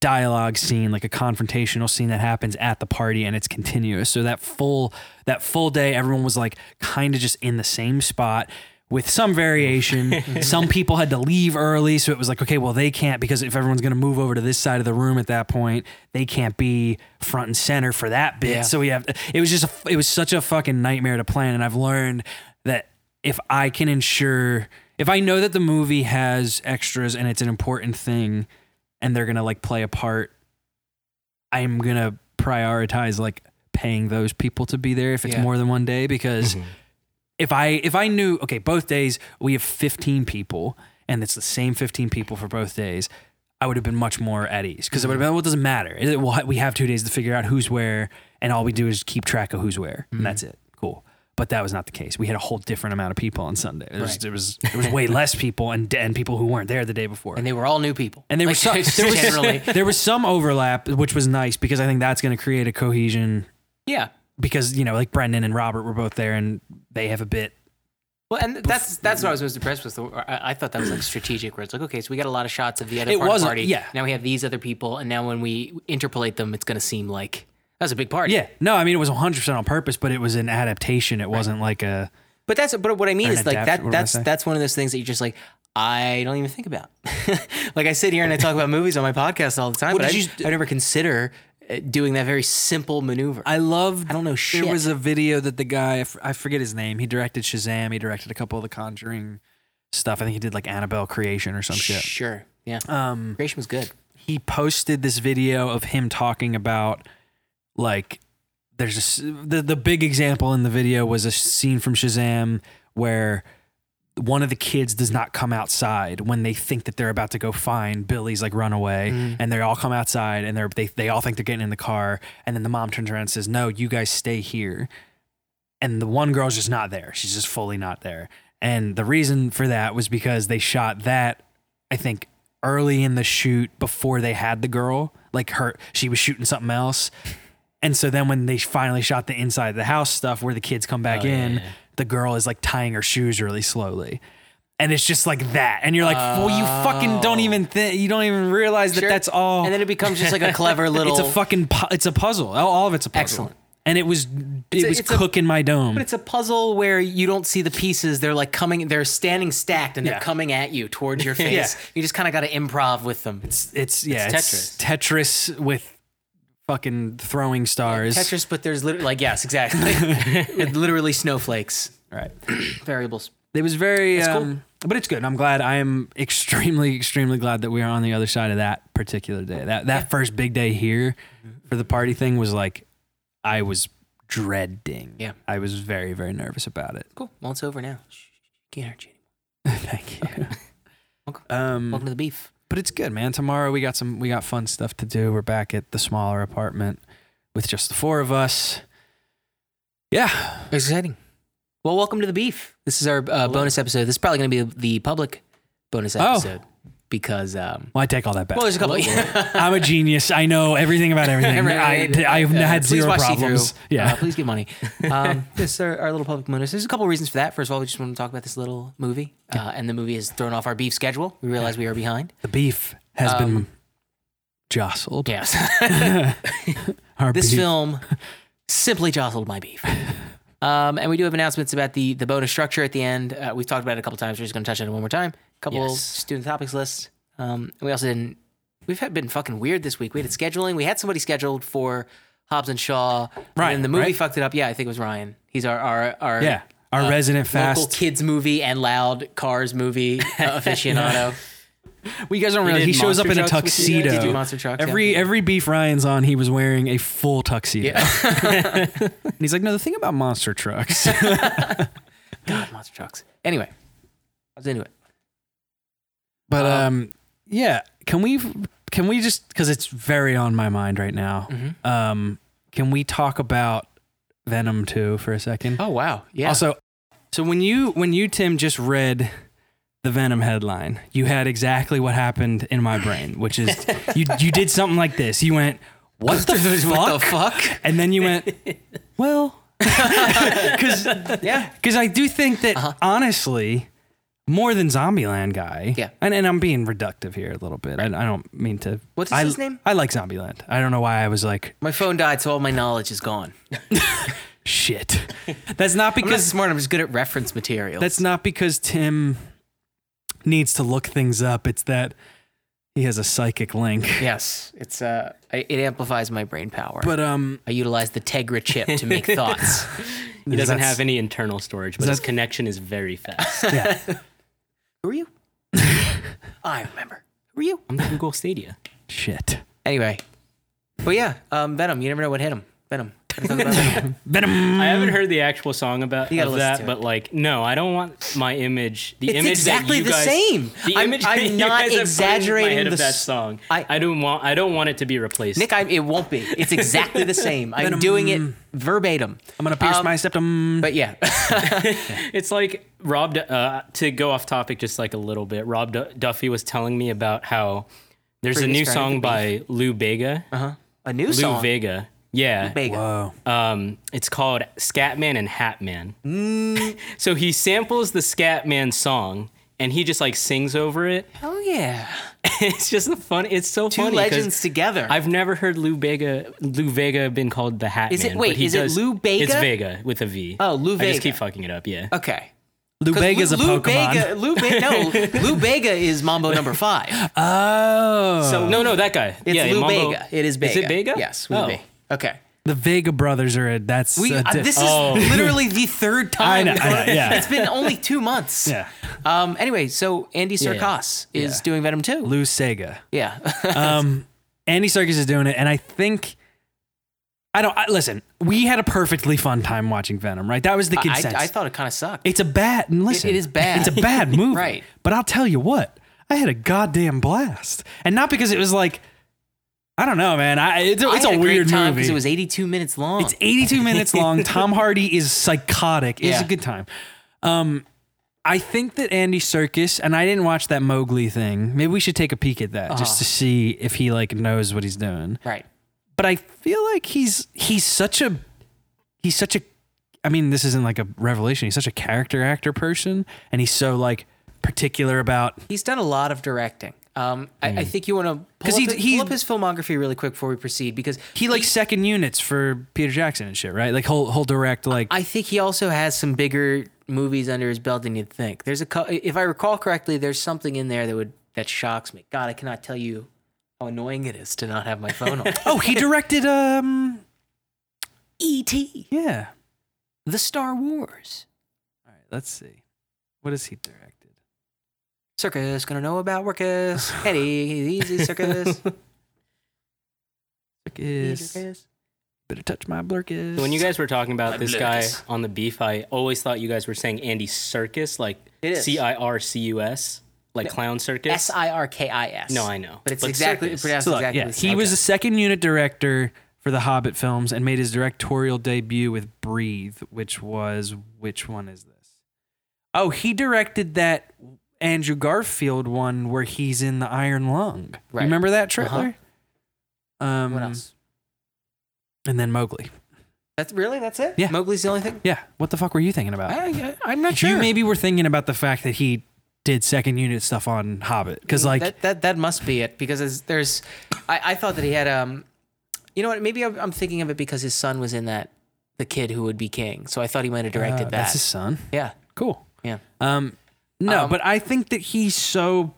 Speaker 2: dialogue scene, like a confrontational scene that happens at the party and it's continuous. So that full that full day everyone was like kind of just in the same spot with some variation. some people had to leave early, so it was like okay, well they can't because if everyone's going to move over to this side of the room at that point, they can't be front and center for that bit.
Speaker 1: Yeah.
Speaker 2: So we have it was just a, it was such a fucking nightmare to plan and I've learned that if I can ensure if I know that the movie has extras and it's an important thing and they're gonna like play a part, I'm gonna prioritize like paying those people to be there if it's
Speaker 1: Yeah. Mm-hmm.
Speaker 2: more than one day because if I if I knew okay both days we have 15 people and it's the same 15 people for both days I would have been much more at ease because
Speaker 1: Mm-hmm.
Speaker 2: it would have been well it doesn't matter It- we'll ha- we have two days to figure out who's where and all we do is keep track of who's where and that's
Speaker 1: Mm-hmm.
Speaker 2: it cool but that was not the case we had a whole different amount of people on Sunday it was
Speaker 1: Right.
Speaker 2: it was it was way less people and and people who weren't there the day before
Speaker 1: and they were all new people.
Speaker 2: and there
Speaker 1: like,
Speaker 2: was some there was,
Speaker 1: generally,
Speaker 2: there was some overlap which was nice because I think that's going to create a cohesion
Speaker 1: yeah.
Speaker 2: because you know like Brendan and Robert were both there and they have a bit
Speaker 1: Well, and that's that's what I was most impressed with. I, I thought that was like strategic, where it's like, okay, so we got a lot of shots of the other
Speaker 2: It
Speaker 1: part of the
Speaker 2: wasn't-
Speaker 1: party.
Speaker 2: yeah.
Speaker 1: Now we have these other people, and now when we interpolate them, it's going to seem like that's a big party.
Speaker 2: Yeah. No, I mean it was 100% on purpose, but it was an adaptation. It wasn't like a
Speaker 1: But that's but what I mean
Speaker 2: Or an
Speaker 1: is like
Speaker 2: adapt-
Speaker 1: that
Speaker 2: what am I
Speaker 1: that's
Speaker 2: saying?
Speaker 1: that's one of those things that you just like I don't even think about. like I sit here and I talk about movies on my podcast all the time,
Speaker 2: What
Speaker 1: but I,
Speaker 2: did you-
Speaker 1: I never consider uh, doing that very simple maneuver.
Speaker 2: I love
Speaker 1: I don't know shit.
Speaker 2: There was a video that the guy I f- I forget his name. He directed Shazam, he directed a couple of the Conjuring stuff. I think he did like Annabelle Creation or some shit.
Speaker 1: Sure. Yeah.
Speaker 2: Um
Speaker 1: Creation was good.
Speaker 2: he posted this video of him talking about like there's a s the, the big example in the video was a scene from Shazam where one of the kids does not come outside when they think that they're about to go find Billy's like runaway and they all come outside and they're they, they all think they're getting in the car and then the mom turns around and says no you guys stay here and the one girl's just not there she's just fully not there and the reason for that was because they shot that I think early in the shoot before they had the girl like her she was shooting something else and so then when they finally shot the inside of the house stuff where the kids come
Speaker 1: Oh,
Speaker 2: back in, the girl is like tying her shoes really slowly. And it's just like that. And you're like, well, you fucking don't even think, you don't even realize that
Speaker 1: Oh. Sure.
Speaker 2: that's all.
Speaker 1: And then it becomes just like a clever little.
Speaker 2: it's a fucking, pu- it's a puzzle. All, all of it's a puzzle.
Speaker 1: Excellent.
Speaker 2: And it was, it
Speaker 1: a-
Speaker 2: was
Speaker 1: it's a-
Speaker 2: cooking my dome.
Speaker 1: But it's a puzzle where you don't see the pieces. They're like coming. They're standing stacked, and they're
Speaker 2: Yeah.
Speaker 1: coming at you towards your face. You just kind of got to improv with them. It's
Speaker 2: it's, yeah, it's Tetris. with fucking throwing stars.
Speaker 1: Tetris, but there's literally like yes, exactly. With literally snowflakes,
Speaker 2: Right.
Speaker 1: variables.
Speaker 2: It was very,
Speaker 1: cool.
Speaker 2: um, but it's good. I'm glad. I am extremely, extremely glad that we are on the other side of that particular day. That that first big day here
Speaker 1: Mm-hmm.
Speaker 2: for the party thing was like, I was dreading.
Speaker 1: Yeah.
Speaker 2: I was very, very nervous about it.
Speaker 1: Cool. Well, it's over now. Shh, Can't hurt you. anymore.
Speaker 2: Thank you.
Speaker 1: Welcome.
Speaker 2: Um,
Speaker 1: Welcome to the beef.
Speaker 2: but it's good, man. Tomorrow we got some, we got fun stuff to do. We're back at the smaller apartment with just the four of us. Yeah,
Speaker 1: It's exciting. Well, welcome to the beef. This is our uh, bonus episode. This is probably going to be the public bonus
Speaker 2: Oh.
Speaker 1: episode because um.
Speaker 2: well, I take all that back.
Speaker 1: Well, there's a couple.
Speaker 2: I'm a genius. I know everything about everything.
Speaker 1: Everything.
Speaker 2: I, I've
Speaker 1: Uh,
Speaker 2: had
Speaker 1: please
Speaker 2: zero
Speaker 1: watch See-Through.
Speaker 2: problems. Yeah.
Speaker 1: Uh, please give money. Um, this is our, our little public bonus. There's a couple reasons for that. First of all, we just want to talk about this little movie, uh, and the movie has thrown off our beef schedule. We realize we are behind.
Speaker 2: The beef has
Speaker 1: Um,
Speaker 2: been jostled.
Speaker 1: Yes,
Speaker 2: Our
Speaker 1: this
Speaker 2: beef-
Speaker 1: film simply jostled my beef. Um, and we do have announcements about the the bonus structure at the end. Uh, we've talked about it a couple times. We're just going to touch on it one more time. A couple
Speaker 2: Yes.
Speaker 1: student topics list. Um, and we also didn't. We've had been fucking weird this week. We had scheduling. We had somebody scheduled for Hobbs and Shaw.
Speaker 2: Ryan,
Speaker 1: And the movie
Speaker 2: right?
Speaker 1: fucked it up. Yeah, I think it was Ryan. He's our our our
Speaker 2: Yeah. Our resident
Speaker 1: uh, local
Speaker 2: fast.
Speaker 1: kids movie and loud cars movie uh, aficionado.
Speaker 2: Well, you guys don't realize he
Speaker 3: did
Speaker 2: shows up in a
Speaker 3: monster trucks with you guys?
Speaker 2: tuxedo.
Speaker 1: Did you do monster trucks?
Speaker 2: every
Speaker 1: Yeah.
Speaker 2: every beef Ryan's on, he was wearing a full tuxedo. and he's like, no, the thing about monster trucks.
Speaker 1: God, monster trucks. Anyway, I was into it.
Speaker 2: but
Speaker 1: Uh,
Speaker 2: um, yeah. Can we can we just because it's very on my mind right now.
Speaker 1: Mm-hmm.
Speaker 2: Um, can we talk about Venom two for a second?
Speaker 1: Oh wow! Yeah.
Speaker 2: Also, so when you when you Tim just read the Venom headline, you had exactly what happened in my brain, which is you you did something like this. You went, "What the fuck?"
Speaker 1: what the fuck?
Speaker 2: And then you went, "Well, because
Speaker 1: Yeah. Uh-huh.
Speaker 2: I do think that honestly, more than Zombieland guy.
Speaker 1: Yeah.
Speaker 2: And, and I'm being reductive here a little bit. I, I don't mean to.
Speaker 1: What is
Speaker 2: I,
Speaker 1: his name?
Speaker 2: I like Zombieland. I don't know why I was like,
Speaker 1: My phone died, so all my knowledge is gone.
Speaker 2: shit. That's
Speaker 1: I'm not
Speaker 2: not because
Speaker 1: smart. I'm just good at reference material.
Speaker 2: that's not because Tim needs to look things up. It's that he has a psychic link.
Speaker 1: yes. It's uh, I- it amplifies my brain power.
Speaker 2: But um,
Speaker 1: I utilize the Tegra chip to make thoughts.
Speaker 2: is
Speaker 3: He doesn't
Speaker 2: that's-
Speaker 3: have any internal storage, but his
Speaker 2: that's-
Speaker 3: connection is very fast.
Speaker 2: Yeah.
Speaker 1: Who are you? I remember. Who are you?
Speaker 3: I'm the Google Stadia.
Speaker 2: shit.
Speaker 1: Anyway, but yeah, um, Venom. You never know what hit him. Venom. Gotta talk about Venom.
Speaker 2: Venom.
Speaker 3: I haven't heard the actual song about
Speaker 1: Mm. You gotta
Speaker 3: of
Speaker 1: listen
Speaker 3: that,
Speaker 1: to it.
Speaker 3: but like, no, I don't want my image. The
Speaker 1: It's
Speaker 3: image
Speaker 1: exactly
Speaker 3: that you
Speaker 1: the
Speaker 3: guys,
Speaker 1: same.
Speaker 3: The
Speaker 1: I'm-
Speaker 3: image
Speaker 1: I'm
Speaker 3: that you
Speaker 1: not
Speaker 3: guys have put in my
Speaker 1: exaggerating
Speaker 3: head
Speaker 1: the
Speaker 3: of that
Speaker 1: s-
Speaker 3: song.
Speaker 1: I-
Speaker 3: I, don't want. I don't want it to be replaced.
Speaker 1: Nick, I, it won't be. It's exactly the same. I'm doing it verbatim.
Speaker 2: I'm gonna pierce
Speaker 1: Um,
Speaker 2: my septum.
Speaker 1: But yeah,
Speaker 3: It's like Rob, Du- uh, to go off topic just like a little bit, Rob Du- Duffy was telling me about how there's a
Speaker 1: Previous
Speaker 3: new
Speaker 1: Friday
Speaker 3: song
Speaker 1: the
Speaker 3: by Lou Bega.
Speaker 1: uh-huh. a new
Speaker 3: Lou
Speaker 1: song.
Speaker 3: Vega. Yeah.
Speaker 1: Vega.
Speaker 2: Whoa.
Speaker 3: Um, it's called Scatman and Hatman.
Speaker 1: Mm.
Speaker 3: so he samples the Scatman song and he just like sings over it.
Speaker 1: Oh yeah,
Speaker 3: it's just a fun. It's so
Speaker 1: two
Speaker 3: funny. 'cause
Speaker 1: legends together.
Speaker 3: I've never heard Lou Vega Lou Vega been called the Hat
Speaker 1: Is it-
Speaker 3: Man,
Speaker 1: wait,
Speaker 3: but he
Speaker 1: is it
Speaker 3: does-
Speaker 1: Lou Bega?
Speaker 3: It's Vega with a V.
Speaker 1: Oh, Lou
Speaker 3: I
Speaker 1: Vega.
Speaker 3: just keep fucking it up. Yeah.
Speaker 1: okay.
Speaker 2: Lou
Speaker 1: 'Cause
Speaker 2: Bega's a
Speaker 1: Lou
Speaker 2: Pokemon.
Speaker 1: Bega, Lou Be- no, Lou Bega is Mambo number five.
Speaker 2: Oh.
Speaker 1: So
Speaker 3: No, no, that guy.
Speaker 1: Um, it's
Speaker 3: yeah,
Speaker 1: Lou
Speaker 3: Mambo-
Speaker 1: Bega. It is Bega.
Speaker 3: Is it Bega?
Speaker 1: Yes, Lou
Speaker 3: Oh.
Speaker 1: Bega. Okay.
Speaker 2: the Vega brothers are. A, that's.
Speaker 1: We,
Speaker 2: a
Speaker 1: uh,
Speaker 2: di-
Speaker 1: this is
Speaker 3: Oh.
Speaker 1: literally the third time.
Speaker 2: know,
Speaker 1: we've
Speaker 2: I know,
Speaker 1: done it.
Speaker 2: yeah.
Speaker 1: It's been only two months.
Speaker 2: Yeah.
Speaker 1: Um, anyway, so Andy Serkis is
Speaker 2: Yeah.
Speaker 1: doing Venom 2.
Speaker 2: Lou Sega.
Speaker 1: Yeah.
Speaker 2: Um, Andy Serkis is doing it, and I think I don't I, listen. We had a perfectly fun time watching Venom, right? That was the
Speaker 1: I,
Speaker 2: consensus.
Speaker 1: I thought it kind of sucked.
Speaker 2: it's a bad. and Listen,
Speaker 1: it is bad.
Speaker 2: It's a bad movie,
Speaker 1: Right.
Speaker 2: But I'll tell you what, I had a goddamn blast, and not because it was like I don't know, man. I it's, a-
Speaker 1: I
Speaker 2: it's
Speaker 1: had
Speaker 2: a
Speaker 1: a great
Speaker 2: weird
Speaker 1: time
Speaker 2: movie.
Speaker 1: it was 82 minutes long.
Speaker 2: It's 82 minutes long. Tom Hardy is psychotic. It's
Speaker 1: Yeah.
Speaker 2: a good time. Um, I think that Andy Circus and I didn't watch that Mowgli thing. Maybe we should take a peek at that
Speaker 1: Ah.
Speaker 2: just to see if he like knows what he's doing.
Speaker 1: right.
Speaker 2: But I feel like he's he's such a he's such a I mean this isn't like a revelation. He's such a character actor person, and he's so like particular about
Speaker 1: He's done a lot of directing. Um, I, I think you want to
Speaker 2: Hmm. 'Cause
Speaker 1: pull,
Speaker 2: he-
Speaker 1: up the-
Speaker 2: he-
Speaker 1: pull up his filmography really quick before we proceed because
Speaker 2: he like second units for Peter Jackson and shit, right? Like whole whole direct like
Speaker 1: I think he also has some bigger movies under his belt than you'd think. There's a, cou- if I recall correctly, there's something in there that would that shocks me. God, I cannot tell you how annoying it is to not have my phone on.
Speaker 2: oh E he directed um
Speaker 1: E.T.
Speaker 2: yeah
Speaker 1: The Star Wars.
Speaker 2: All right, let's see. What has he directed?
Speaker 1: Circus gonna know about workus. Eddie, easy circus.
Speaker 2: Blurkus. Better touch my blurkus.
Speaker 3: So when you guys were talking about
Speaker 1: My
Speaker 3: this
Speaker 1: blurkus.
Speaker 3: guy on the beef, I always thought you guys were saying Andy Circus, like
Speaker 1: It is.
Speaker 3: C I R C U S, like clown circus.
Speaker 1: S I R K I S.
Speaker 3: No, I know.
Speaker 1: But it's
Speaker 3: But
Speaker 1: exactly
Speaker 3: circus.
Speaker 1: pronounced
Speaker 2: so look,
Speaker 1: exactly.
Speaker 2: yeah,
Speaker 1: the
Speaker 2: he
Speaker 1: same.
Speaker 2: was the second unit director for the Hobbit films and made his directorial debut with Breathe, which was which one is this? Oh, he directed that Andrew Garfield one where he's in the Iron Lung.
Speaker 1: Right. Uh-huh.
Speaker 2: Remember that trailer? Um,
Speaker 1: What else?
Speaker 2: And then Mowgli.
Speaker 1: That's really that's it.
Speaker 2: Yeah.
Speaker 1: Mowgli's the only thing.
Speaker 2: Yeah. What the fuck were you thinking about?
Speaker 1: I, am not
Speaker 2: You
Speaker 1: sure.
Speaker 2: maybe were thinking about the fact that he did second unit stuff on Hobbit because like
Speaker 1: that, that that must be it because there's, there's I, I thought that he had um, you know what? Maybe I'm, I'm thinking of it because his son was in that the kid who would be king. So I thought he might have directed that.
Speaker 2: uh, that's his son.
Speaker 1: yeah,
Speaker 2: Cool.
Speaker 1: yeah.
Speaker 2: Um, no,
Speaker 1: Um,
Speaker 2: but I think that he's so.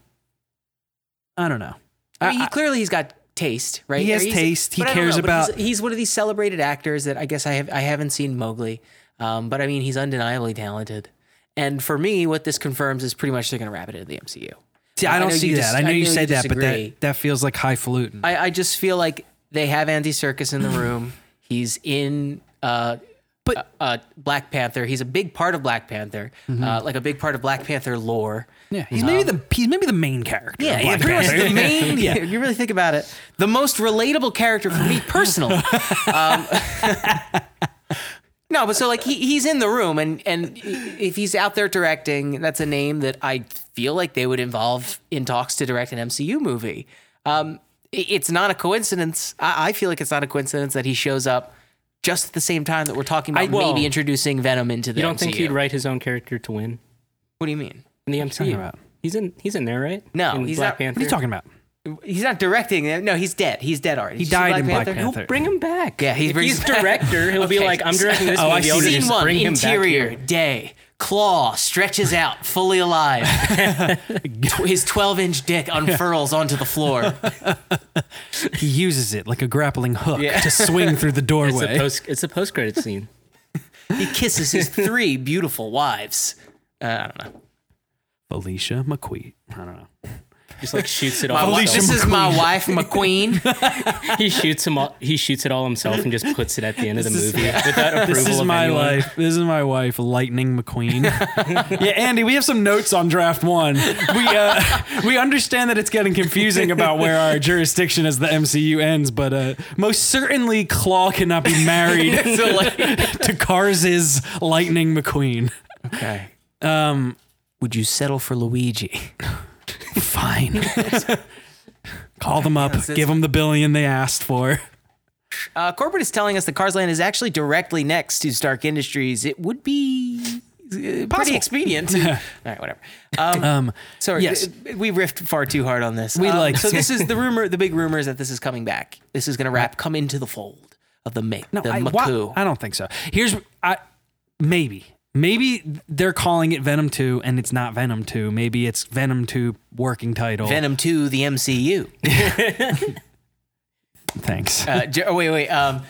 Speaker 2: I don't know.
Speaker 1: I mean,
Speaker 2: I-
Speaker 1: he clearly he's got taste, right?
Speaker 2: He has
Speaker 1: Or he's-
Speaker 2: taste. He
Speaker 1: but I don't
Speaker 2: cares
Speaker 1: know, but
Speaker 2: about-
Speaker 1: He's, he's one of these celebrated actors that I guess I have. I haven't seen Mowgli, um, but I mean, he's undeniably talented. And for me, what this confirms is pretty much they're going to wrap it into the MCU.
Speaker 2: See, I
Speaker 1: I
Speaker 2: don't
Speaker 1: know
Speaker 2: see
Speaker 1: you
Speaker 2: that.
Speaker 1: dis-
Speaker 2: I know
Speaker 1: I
Speaker 2: you
Speaker 1: know you
Speaker 2: said that, but
Speaker 1: disagree.
Speaker 2: that that feels like highfalutin.
Speaker 1: I, I just feel like they have Andy Circus in the room. he's in uh, but uh, uh, Black Panther. He's a big part of Black Panther, uh, like a big part of Black Panther lore.
Speaker 2: Mm-hmm. yeah, he's maybe the he's maybe the main character.
Speaker 1: Yeah,
Speaker 2: of
Speaker 1: yeah,
Speaker 2: Black
Speaker 1: pretty much
Speaker 2: Panther.
Speaker 1: the main.
Speaker 2: Yeah.
Speaker 1: You really think about it, the most relatable character for me personally. um, no, but so like he, he's in the room, and and if he's out there directing, that's a name that I feel like they would involve in talks to direct an MCU movie. Um, i- it's not a coincidence. I, I feel like it's not a coincidence that he shows up just at the same time that we're talking about
Speaker 3: I- well,
Speaker 1: maybe introducing Venom into the
Speaker 3: you don't think
Speaker 1: MCU.
Speaker 3: he'd write his own character to win?
Speaker 1: What do you mean?
Speaker 3: in the
Speaker 2: talking
Speaker 3: MCU.
Speaker 2: about?
Speaker 3: He's in he's in there, right?
Speaker 1: No,
Speaker 3: in
Speaker 1: he's
Speaker 3: Black
Speaker 1: not-
Speaker 3: Panther.
Speaker 2: What are you talking about?
Speaker 1: He's not directing it. No, he's dead. He's dead already.
Speaker 2: He
Speaker 1: Did you see
Speaker 2: died in Black Panther.
Speaker 3: He'll bring him back.
Speaker 1: Yeah, he
Speaker 3: If
Speaker 1: brings
Speaker 3: he's
Speaker 1: him back.
Speaker 3: director. He'll be
Speaker 1: Okay.
Speaker 3: like, I'm directing this
Speaker 2: Oh, I
Speaker 3: movie.
Speaker 2: see
Speaker 3: I'll
Speaker 2: what
Speaker 3: just
Speaker 2: you're
Speaker 1: Scene one,
Speaker 3: bring him
Speaker 1: interior,
Speaker 3: back.
Speaker 1: day. Claw stretches out, fully alive. Tw- His 12 inch dick unfurls onto the floor.
Speaker 2: He uses it like a grappling hook
Speaker 1: Yeah.
Speaker 2: to swing through the
Speaker 3: Here. It's a
Speaker 2: doorway.
Speaker 3: post. It's a post credit scene.
Speaker 1: He kisses his three beautiful wives. Uh, I don't know.
Speaker 2: Felicia McQueen. I don't know.
Speaker 3: Just like shoots it
Speaker 1: My
Speaker 3: all.
Speaker 1: wi-
Speaker 2: Alicia
Speaker 1: this is my wife, McQueen.
Speaker 3: he shoots him. All, he shoots it all himself and just puts it at the end of the
Speaker 2: This is-
Speaker 3: movie without approval.
Speaker 2: This is
Speaker 3: of
Speaker 2: my
Speaker 3: anyone.
Speaker 2: life. This is my wife, Lightning McQueen. yeah, Andy, we have some notes on draft one. We uh, we understand that it's getting confusing about where our jurisdiction as the MCU ends, but uh, most certainly Claw cannot be married to Kars's Lightning McQueen.
Speaker 1: okay.
Speaker 2: Um,
Speaker 1: Would you settle for Luigi?
Speaker 2: fine. Call them up.
Speaker 1: it's-
Speaker 2: Give them the billion they asked for.
Speaker 1: Uh, corporate is telling us that Cars Land is actually directly next to Stark Industries. It would be uh, pretty
Speaker 2: Possible.
Speaker 1: expedient. All right, whatever. Um,
Speaker 2: Um,
Speaker 1: sorry,
Speaker 2: yes.
Speaker 1: th- we riffed far too hard on this.
Speaker 2: We
Speaker 1: Um,
Speaker 2: like-
Speaker 1: so this is the rumor. The big rumor is that this is coming back. This is going to wrap. Come into the fold of the make. the
Speaker 2: I, why-
Speaker 1: Maku.
Speaker 2: I don't think so. Here's I maybe maybe they're calling it Venom 2 and it's not Venom 2. Maybe it's Venom 2 working title.
Speaker 1: Venom Two, the MCU.
Speaker 2: Thanks.
Speaker 1: Uh, Jour- oh, wait, wait. Um,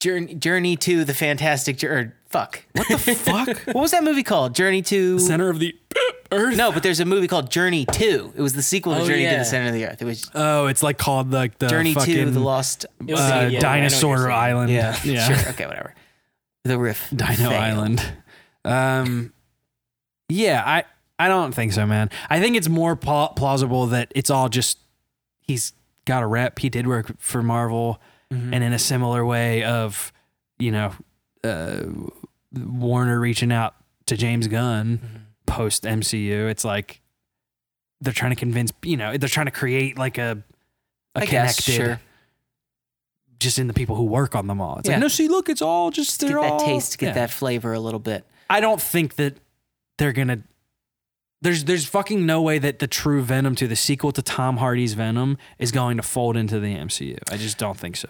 Speaker 1: Journey, Journey to the Fantastic. Jour- or, fuck. What the
Speaker 2: Fuck.
Speaker 1: What was that movie called? Journey to.
Speaker 2: Center of the Earth.
Speaker 1: no, but there's a movie called Journey Two. It was the sequel to
Speaker 3: Oh,
Speaker 1: Journey to
Speaker 3: yeah.
Speaker 1: the Center of the Earth. It was
Speaker 2: Oh, it's like called like the
Speaker 1: Journey
Speaker 2: Uh, fucking,
Speaker 1: to the Lost.
Speaker 3: It was-
Speaker 2: uh,
Speaker 3: Yeah, yeah, I know what you're
Speaker 2: dinosaur
Speaker 3: saying.
Speaker 2: island.
Speaker 1: yeah,
Speaker 2: Yeah.
Speaker 1: sure. Okay, whatever. The riff.
Speaker 2: Dino
Speaker 1: failed.
Speaker 2: Island. Um, yeah, I I don't think so, man. I think it's more pla- plausible that it's all just he's got a rep. He did work for Marvel,
Speaker 1: Mm-hmm.
Speaker 2: and in a similar way of you know uh, Warner reaching out to James Gunn
Speaker 1: Mm-hmm.
Speaker 2: post MCU. It's like they're trying to convince you know they're trying to create like a a
Speaker 1: I guess,
Speaker 2: connected.
Speaker 1: sure.
Speaker 2: Just in the people who work on them all. It's
Speaker 1: Yeah.
Speaker 2: like, no, see, look, it's all just
Speaker 1: Get
Speaker 2: they're
Speaker 1: that
Speaker 2: all-
Speaker 1: taste, get
Speaker 2: Yeah.
Speaker 1: that flavor a little bit.
Speaker 2: I don't think that they're gonna. There's there's fucking no way that the true Venom to the sequel to Tom Hardy's Venom is going to fold into the MCU. I just don't think so.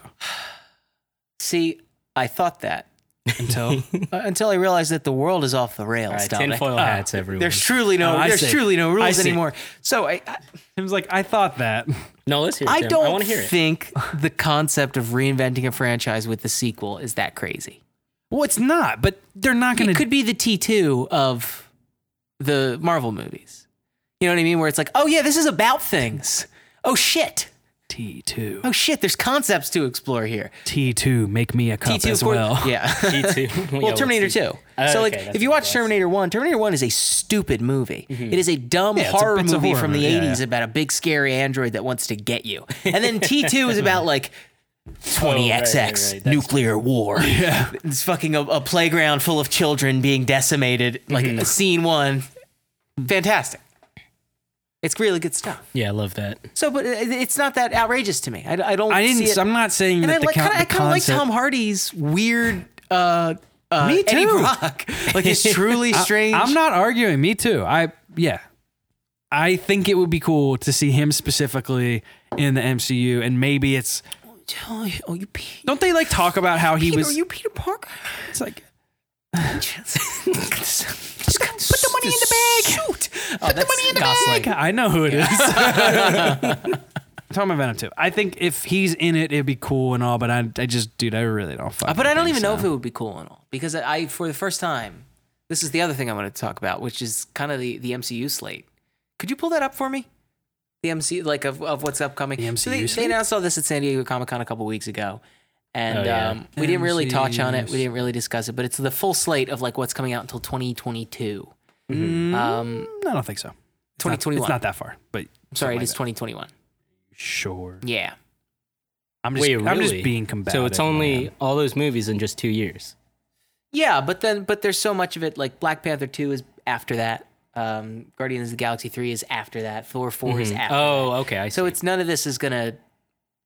Speaker 1: See, I thought that
Speaker 2: Until
Speaker 1: uh, until I realized that the world is off the
Speaker 3: All
Speaker 1: rails.
Speaker 3: right,
Speaker 1: Dominic.
Speaker 3: tinfoil hats, everyone.
Speaker 1: uh, There's truly no.
Speaker 2: Oh, I
Speaker 1: there's
Speaker 2: see.
Speaker 1: truly no
Speaker 2: I
Speaker 1: rules
Speaker 2: see.
Speaker 1: anymore. So I, I,
Speaker 2: I was like, I thought that.
Speaker 3: no, let's hear it.
Speaker 1: I
Speaker 3: Tim.
Speaker 1: don't
Speaker 3: I want to hear it.
Speaker 1: think the concept of reinventing a franchise with the sequel is that crazy.
Speaker 2: Well, it's not, but they're not gonna.
Speaker 1: It could be the T two of the Marvel movies. You know what I mean? Where it's like, oh yeah, this is about things. Oh shit.
Speaker 2: T two.
Speaker 1: Oh shit. There's concepts to explore here.
Speaker 2: T two. Make me a cup
Speaker 1: T2
Speaker 2: as
Speaker 1: of course-
Speaker 2: well. E
Speaker 1: Yeah.
Speaker 3: T2. Yeah,
Speaker 1: well,
Speaker 3: let's
Speaker 1: Terminator
Speaker 3: see.
Speaker 1: 2.
Speaker 3: Oh,
Speaker 1: so,
Speaker 3: okay,
Speaker 1: like,
Speaker 3: that's
Speaker 1: if you
Speaker 3: what it
Speaker 1: watch
Speaker 3: was.
Speaker 1: Terminator 1, Terminator 1 is a stupid movie. It is a dumb
Speaker 2: Mm-hmm. it's a-
Speaker 1: horror
Speaker 2: it's a
Speaker 1: movie
Speaker 2: horror
Speaker 1: from the
Speaker 2: movie, yeah,
Speaker 1: 80s about a big, scary android that wants to get you. And then T2 is about, like,
Speaker 2: Oh,
Speaker 1: 20XX
Speaker 3: right, right, right.
Speaker 1: nuclear war. Yeah. It's fucking a, a playground full of children being decimated. Like,
Speaker 2: Mm-hmm.
Speaker 1: scene one. Fantastic. It's really good stuff.
Speaker 3: Yeah, I love that.
Speaker 1: So, but it- it's not that outrageous to me. I, I don't
Speaker 2: I
Speaker 1: see
Speaker 2: didn't.
Speaker 1: it.
Speaker 2: I'm not saying
Speaker 1: And
Speaker 2: that
Speaker 1: I
Speaker 2: the,
Speaker 1: like,
Speaker 2: con-
Speaker 1: kinda, I
Speaker 2: the
Speaker 1: kind of like
Speaker 2: concept-
Speaker 1: Tom Hardy's weird. Uh, uh,
Speaker 2: Me
Speaker 1: Eddie
Speaker 2: too.
Speaker 1: Brock, like his truly
Speaker 2: I-
Speaker 1: strange.
Speaker 2: I'm not arguing. Me too. I yeah. I think it would be cool to see him specifically in the MCU, and maybe it's
Speaker 1: Oh, you- oh, you Peter,
Speaker 2: don't they like talk about how he
Speaker 1: Peter,
Speaker 2: was
Speaker 1: are you Peter Parker?
Speaker 2: it's like
Speaker 1: Just, just put the money in the bag. Shoot. Oh, put the money in the bag.
Speaker 2: I know who it is. Talking about Venom too. I think if he's in it, it'd be cool and all, but I, I just, dude, I really don't. Fucking
Speaker 1: Uh, But I don't
Speaker 2: think
Speaker 1: even
Speaker 2: so.
Speaker 1: know if it would be cool and all because I, I for the first time, this is the other thing I wanted to talk about, which is kind of the, the MCU slate. Could you pull that up for me? The MCU, like of, of what's upcoming.
Speaker 2: The
Speaker 1: so they,
Speaker 2: MCU
Speaker 1: they
Speaker 2: slate?
Speaker 1: announced all this at San Diego Comic Con a couple weeks ago, and
Speaker 3: Oh, yeah.
Speaker 1: um, we didn't really touch on it. We
Speaker 2: MCU.
Speaker 1: didn't really discuss it, but it's the full slate of like what's coming out until 2022. Um,
Speaker 2: No, Mm, I don't think so. Hmm? It's not-
Speaker 1: 2021.
Speaker 2: It's not that far, but
Speaker 1: sorry, it
Speaker 2: something
Speaker 1: is
Speaker 2: like
Speaker 1: 2021.
Speaker 2: that. Sure.
Speaker 1: Yeah.
Speaker 2: I'm just,
Speaker 3: Wait,
Speaker 2: I'm
Speaker 3: really?
Speaker 2: just being combative.
Speaker 3: So it's
Speaker 2: man.
Speaker 3: only all those movies in just two years.
Speaker 1: Yeah, but then but there's so much of it. Like Black Panther two is after that. Um, Guardians of the Galaxy three is after that. Thor 4 is after.
Speaker 3: Oh, okay. I see.
Speaker 1: So it's none of this is gonna.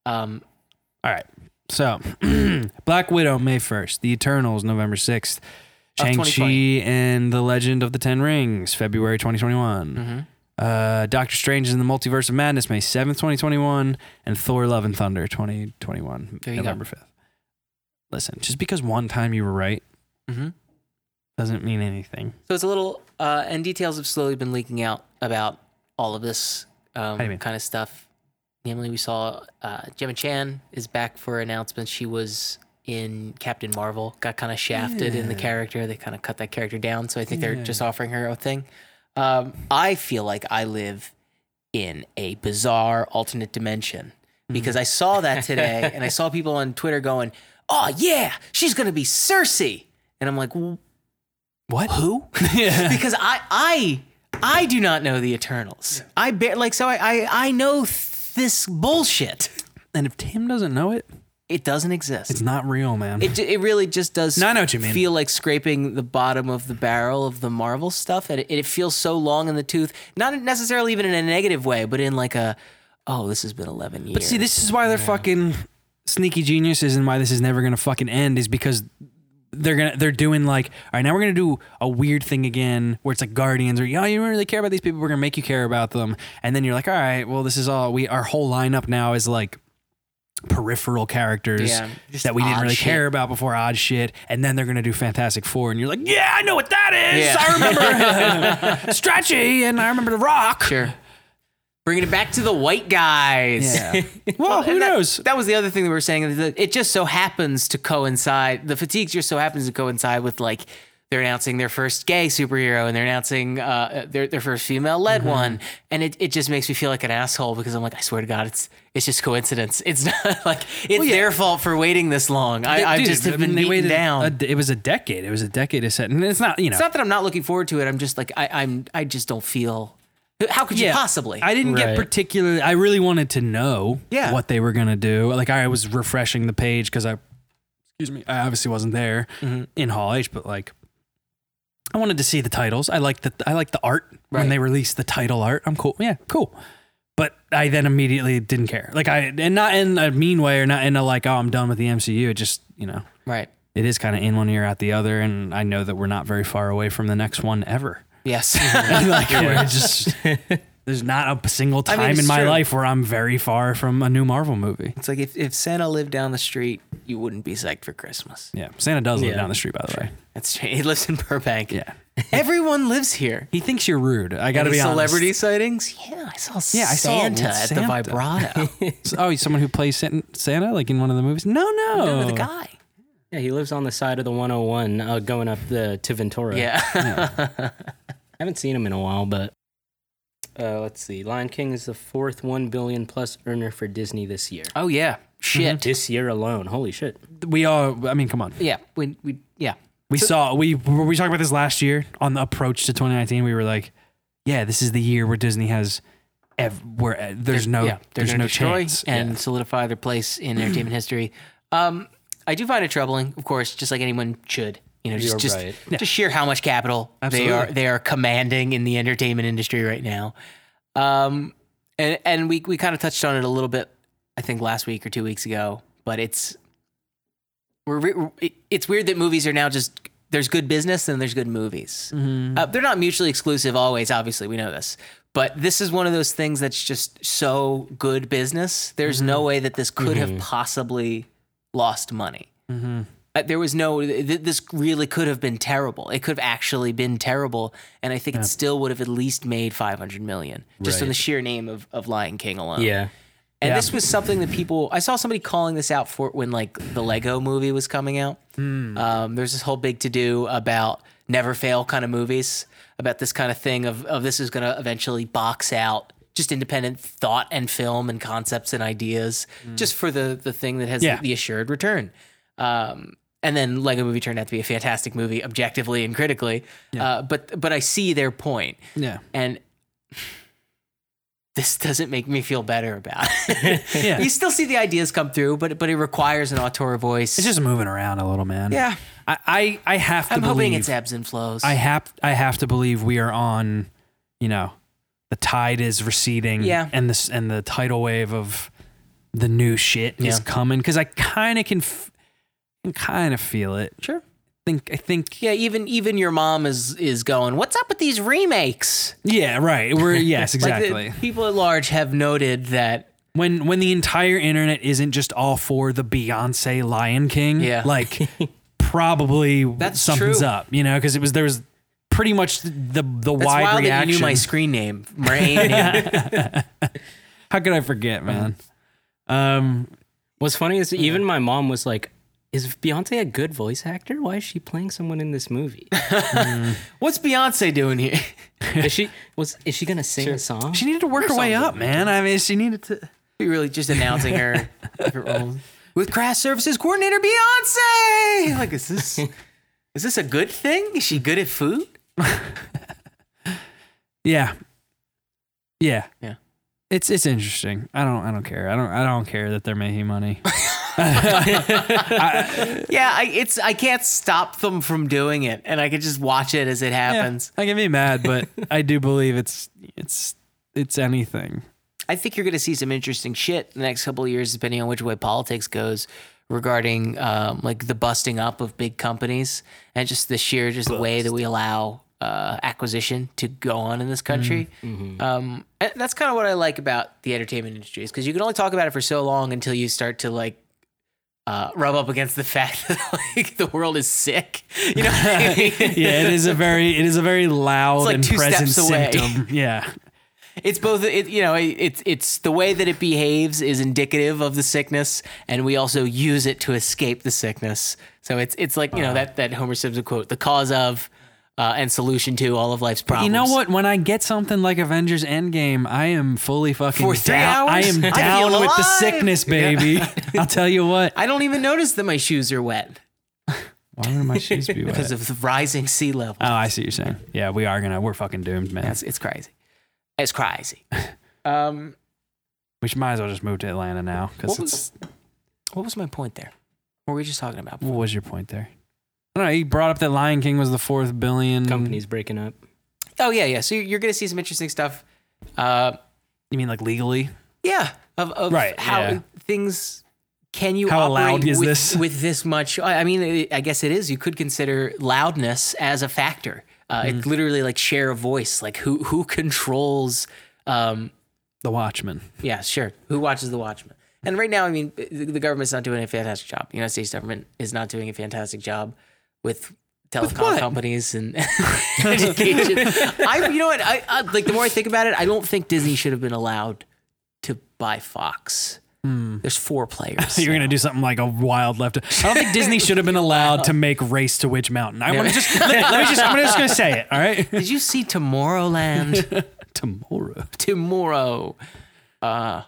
Speaker 1: Um,
Speaker 2: All right. So, Black Widow May 1st, The Eternals November 6th,
Speaker 1: Of
Speaker 2: Shang-Chi
Speaker 1: 2020.
Speaker 2: and the Legend of the Ten Rings, February 2021.
Speaker 1: Mm-hmm.
Speaker 2: Uh, Doctor Strange in the Multiverse of Madness, May 7th, 2021. And Thor Love and Thunder, 2021,
Speaker 1: There you go.
Speaker 2: November 5th. Listen, just because one time you were right
Speaker 3: Mm-hmm.
Speaker 1: Mhm.
Speaker 2: doesn't mean anything.
Speaker 1: So it's a little, uh, and details have slowly been leaking out about all of this um,
Speaker 2: do you mean?
Speaker 1: kind of stuff. Namely, we saw uh, Gemma Chan is back for announcements. She was in Captain Marvel, got kind of shafted in the character. They kind of cut that character down. So I think they're just offering her a thing. Um, I feel like I live in a bizarre alternate dimension because I saw that today and I saw people on Twitter going, oh, yeah, she's going to be Cersei. And I'm like, "W-
Speaker 2: What?
Speaker 1: who?
Speaker 2: yeah.
Speaker 1: because I I I do not know the Eternals. I bear, like so I I, I know th- this bullshit.
Speaker 2: And if Tim doesn't know it,
Speaker 1: It doesn't exist.
Speaker 2: it's not real, man.
Speaker 1: it, ju- it really just does
Speaker 2: No, I know what you mean.
Speaker 1: feel like scraping the bottom of the barrel of the Marvel stuff. And it, it feels so long in the tooth, not necessarily even in a negative way, but in like a, oh, this has been 11 years.
Speaker 2: But see, this is why they're fucking sneaky geniuses, and why this is never gonna fucking end is because they're gonna they're doing like, all right, now we're gonna do a weird thing again where it's like Guardians or yeah, you don't really care about these people. We're gonna make you care about them, and then you're like, all right, well, this is all we our whole lineup now is like peripheral characters
Speaker 1: Yeah, just
Speaker 2: that we didn't
Speaker 1: odd
Speaker 2: really
Speaker 1: shit.
Speaker 2: care about before odd shit and then they're gonna do fantastic four and you're like yeah i know what that is
Speaker 1: Yeah.
Speaker 2: i remember stretchy and i remember the rock
Speaker 1: Sure. Bringing it back to the white guys.
Speaker 2: yeah well who
Speaker 1: And that-
Speaker 2: knows
Speaker 1: That was the other thing that we were saying. that It just so happens to coincide. The fatigue just so happens to coincide with like they're announcing their first gay superhero and they're announcing uh, their their first female led one, and it, it just makes me feel like an asshole because I'm like, I swear to God, it's it's just coincidence. It's not like it's their fault for waiting this long. I, I
Speaker 2: Dude,
Speaker 1: just have
Speaker 2: mean,
Speaker 1: been
Speaker 2: they
Speaker 1: beaten
Speaker 2: waited
Speaker 1: down.
Speaker 2: a d- it was a decade. It was a decade of set, and it's not you know.
Speaker 1: it's not that I'm not looking forward to it. I'm just like I, I'm I just don't feel. How could you possibly?
Speaker 2: I didn't get
Speaker 3: Right.
Speaker 2: particularly. I really wanted to know
Speaker 1: Yeah.
Speaker 2: what they were gonna do. Like I was refreshing the page because I, excuse me, I obviously wasn't there
Speaker 1: Mm-hmm.
Speaker 2: in Hall H, but like. I wanted to see the titles. I like the I like the art when
Speaker 1: Right.
Speaker 2: they released the title art. I'm cool. Yeah, cool. But I then immediately didn't care. Like I and not in a mean way or not in a like oh I'm done with the MCU. It just you know
Speaker 1: right.
Speaker 2: it is kind of in one ear out the other and i know that we're not very far away from the next one ever
Speaker 1: Yes.
Speaker 2: like we're just there's not a single time
Speaker 1: mean, it's
Speaker 2: in my
Speaker 1: true.
Speaker 2: life where i'm very far from a new marvel movie
Speaker 1: It's like if, if Santa lived down the street, you wouldn't be psyched for Christmas.
Speaker 2: yeah santa does live
Speaker 3: Yeah.
Speaker 2: down the street by the way
Speaker 1: That's true. He lives in Burbank.
Speaker 2: yeah
Speaker 1: Everyone lives here.
Speaker 2: he thinks you're rude i gotta
Speaker 1: Any
Speaker 2: be honest
Speaker 1: celebrity sightings? Yeah, I saw
Speaker 2: Yeah, I saw
Speaker 1: Santa at
Speaker 2: Santa.
Speaker 1: the vibrato.
Speaker 2: So- oh he's someone who plays San- santa like in one of the movies no no,
Speaker 1: Remember the guy?
Speaker 3: Yeah, he lives on the side of the 101 uh, going up the to Ventura.
Speaker 1: Yeah.
Speaker 3: I haven't seen him in a while, but uh, let's see. Lion King is the fourth 1 billion plus earner for Disney this year.
Speaker 1: Oh yeah. Shit.
Speaker 3: This year alone. Holy shit.
Speaker 2: we all i mean come on
Speaker 1: Yeah. We we yeah.
Speaker 2: we saw we were we talking about this last year on the approach to 2019 we were like yeah this is the year where disney has ev- where uh, there's no
Speaker 1: yeah, they're
Speaker 2: there's
Speaker 1: gonna
Speaker 2: no
Speaker 1: destroy
Speaker 2: chance
Speaker 1: and solidify their place in entertainment history. Um, I do find it troubling, of course, just like anyone should. You know, just
Speaker 3: You're
Speaker 1: just,
Speaker 3: right.
Speaker 1: just sheer how much capital
Speaker 2: Absolutely.
Speaker 1: they are they are commanding in the entertainment industry right now. Um, and and we we kind of touched on it a little bit, I think last week or two weeks ago, but it's we're re- it, it's weird that movies are now just there's good business and there's good movies. Uh, they're not mutually exclusive always, obviously, we know this. But this is one of those things that's just so good business. There's no way that this could have possibly lost money. Uh, there was no, th- th- this really could have been terrible. It could have actually been terrible. And I think it still would have at least made 500 million just on the sheer name of, of Lion King alone.
Speaker 3: Yeah.
Speaker 1: And this was something that people I saw somebody calling this out for when like the Lego movie was coming out. Um, there's this whole big to do about never fail kind of movies, about this kind of thing of of this is gonna eventually box out just independent thought and film and concepts and ideas just for the the thing that has
Speaker 2: Yeah.
Speaker 1: the, the assured return. Um, and then Lego Movie turned out to be a fantastic movie objectively and critically. Uh, but but I see their point
Speaker 2: yeah
Speaker 1: and this doesn't make me feel better about it.
Speaker 2: Yeah.
Speaker 1: You still see the ideas come through, but but it requires an auteur voice.
Speaker 2: It's just moving around a little, man.
Speaker 1: Yeah.
Speaker 2: I I, I have to
Speaker 1: I'm
Speaker 2: believe
Speaker 1: hoping it's ebbs and flows.
Speaker 2: I have I have to believe we are on, you know, the tide is receding.
Speaker 1: Yeah.
Speaker 2: And this and the tidal wave of the new shit is
Speaker 1: Yeah.
Speaker 2: coming because I kind of can, f- kind of feel it.
Speaker 1: sure.
Speaker 2: think I think
Speaker 1: Yeah, even even your mom is is going. What's up with these remakes?
Speaker 2: yeah, right. We're yes,
Speaker 1: Like, the
Speaker 2: exactly.
Speaker 1: people at large have noted that
Speaker 2: when when the entire internet isn't just all for the Beyonce Lion King,
Speaker 1: Yeah.
Speaker 2: like probably
Speaker 1: That's
Speaker 2: something's
Speaker 1: true.
Speaker 2: up, you know, because it was there was pretty much the the, the
Speaker 1: that's
Speaker 2: wide
Speaker 1: wild that
Speaker 2: reaction.
Speaker 1: you knew my screen name. Rain.
Speaker 2: How could I forget,
Speaker 1: Mm.
Speaker 2: man? Um,
Speaker 3: What's funny is even my mom was like, "Is Beyonce a good voice actor? Why is she playing someone in this movie?
Speaker 1: What's Beyonce doing here?
Speaker 3: is she was is she gonna sing a song?"
Speaker 2: she needed to work her way up, man. I mean, she needed to.
Speaker 1: We really just announcing her different roles. with craft services coordinator Beyonce. Like, is this is this a good thing? Is she good at food?
Speaker 2: Yeah. Yeah.
Speaker 1: Yeah.
Speaker 2: It's it's interesting. I don't I don't care. I don't I don't care that they're making money.
Speaker 1: Yeah, I, it's I can't stop them from doing it, and I could just watch it as it happens.
Speaker 2: I can be mad, but I do believe it's it's it's anything.
Speaker 1: I think you're going to see some interesting shit in the next couple of years, depending on which way politics goes regarding um, like the busting up of big companies and just the sheer just the way that we allow uh, acquisition to go on in this country. Um, and that's kind of what I like about the entertainment industry is because you can only talk about it for so long until you start to like. Uh, rub up against the fact that like the world is sick, you know. What I mean?
Speaker 2: Yeah, it is a very it is a very loud
Speaker 1: like
Speaker 2: and
Speaker 1: two
Speaker 2: present
Speaker 1: steps away.
Speaker 2: symptom. Yeah.
Speaker 1: It's both, it, you know, it- it's it's the way that it behaves is indicative of the sickness, and we also use it to escape the sickness. So it's it's like you know that that Homer Simpson quote: "The cause of uh, and solution to all of life's problems."
Speaker 2: You know what? When I get something like Avengers Endgame, I am fully fucking
Speaker 1: For three
Speaker 2: down.
Speaker 1: hours?
Speaker 2: I am
Speaker 1: I feel
Speaker 2: down with the
Speaker 1: alive.
Speaker 2: sickness, baby. I'll tell you what.
Speaker 1: I don't even notice that my shoes are wet
Speaker 2: Why would my shoes be wet?
Speaker 1: because of the rising sea level.
Speaker 2: oh, I see what you're saying. Yeah, we are gonna we're fucking doomed, man.
Speaker 1: It's, it's crazy. It's crazy. Um,
Speaker 2: We should might as well just move to Atlanta now because
Speaker 1: What
Speaker 2: it's.
Speaker 1: was- what was my point there? What were we just talking about?
Speaker 2: What was your point there? I don't know. You brought up that Lion King was the fourth billion
Speaker 3: Company's breaking up.
Speaker 1: Oh yeah, yeah. So you're- you're gonna see some interesting stuff. Uh,
Speaker 2: You mean like legally?
Speaker 1: Yeah, of, of
Speaker 2: Right,
Speaker 1: how
Speaker 2: yeah.
Speaker 1: things can you
Speaker 2: How
Speaker 1: operate
Speaker 2: allowed is
Speaker 1: with,
Speaker 2: this?
Speaker 1: with this much? I I mean, it- I guess it is. You could consider loudness as a factor. Uh,
Speaker 2: Mm.
Speaker 1: It's literally like share of voice. Like who who controls? Um,
Speaker 2: The Watchmen.
Speaker 1: yeah, sure. Who watches The Watchmen? And right now, I mean, the, the government's not doing a fantastic job. The United States government is not doing a fantastic job with telecom
Speaker 2: what?
Speaker 1: companies and education. I, you know what? I, I like the more I think about it, I don't think Disney should have been allowed to buy Fox. There's four players.
Speaker 2: Hmm. You're gonna do something like a wild left. I don't think Disney should have been allowed to make race to which mountain. I want to just let, let me just. I'm just gonna say it. All right.
Speaker 1: Did you see Tomorrowland
Speaker 2: Tomorrow.
Speaker 1: tomorrow? Uh,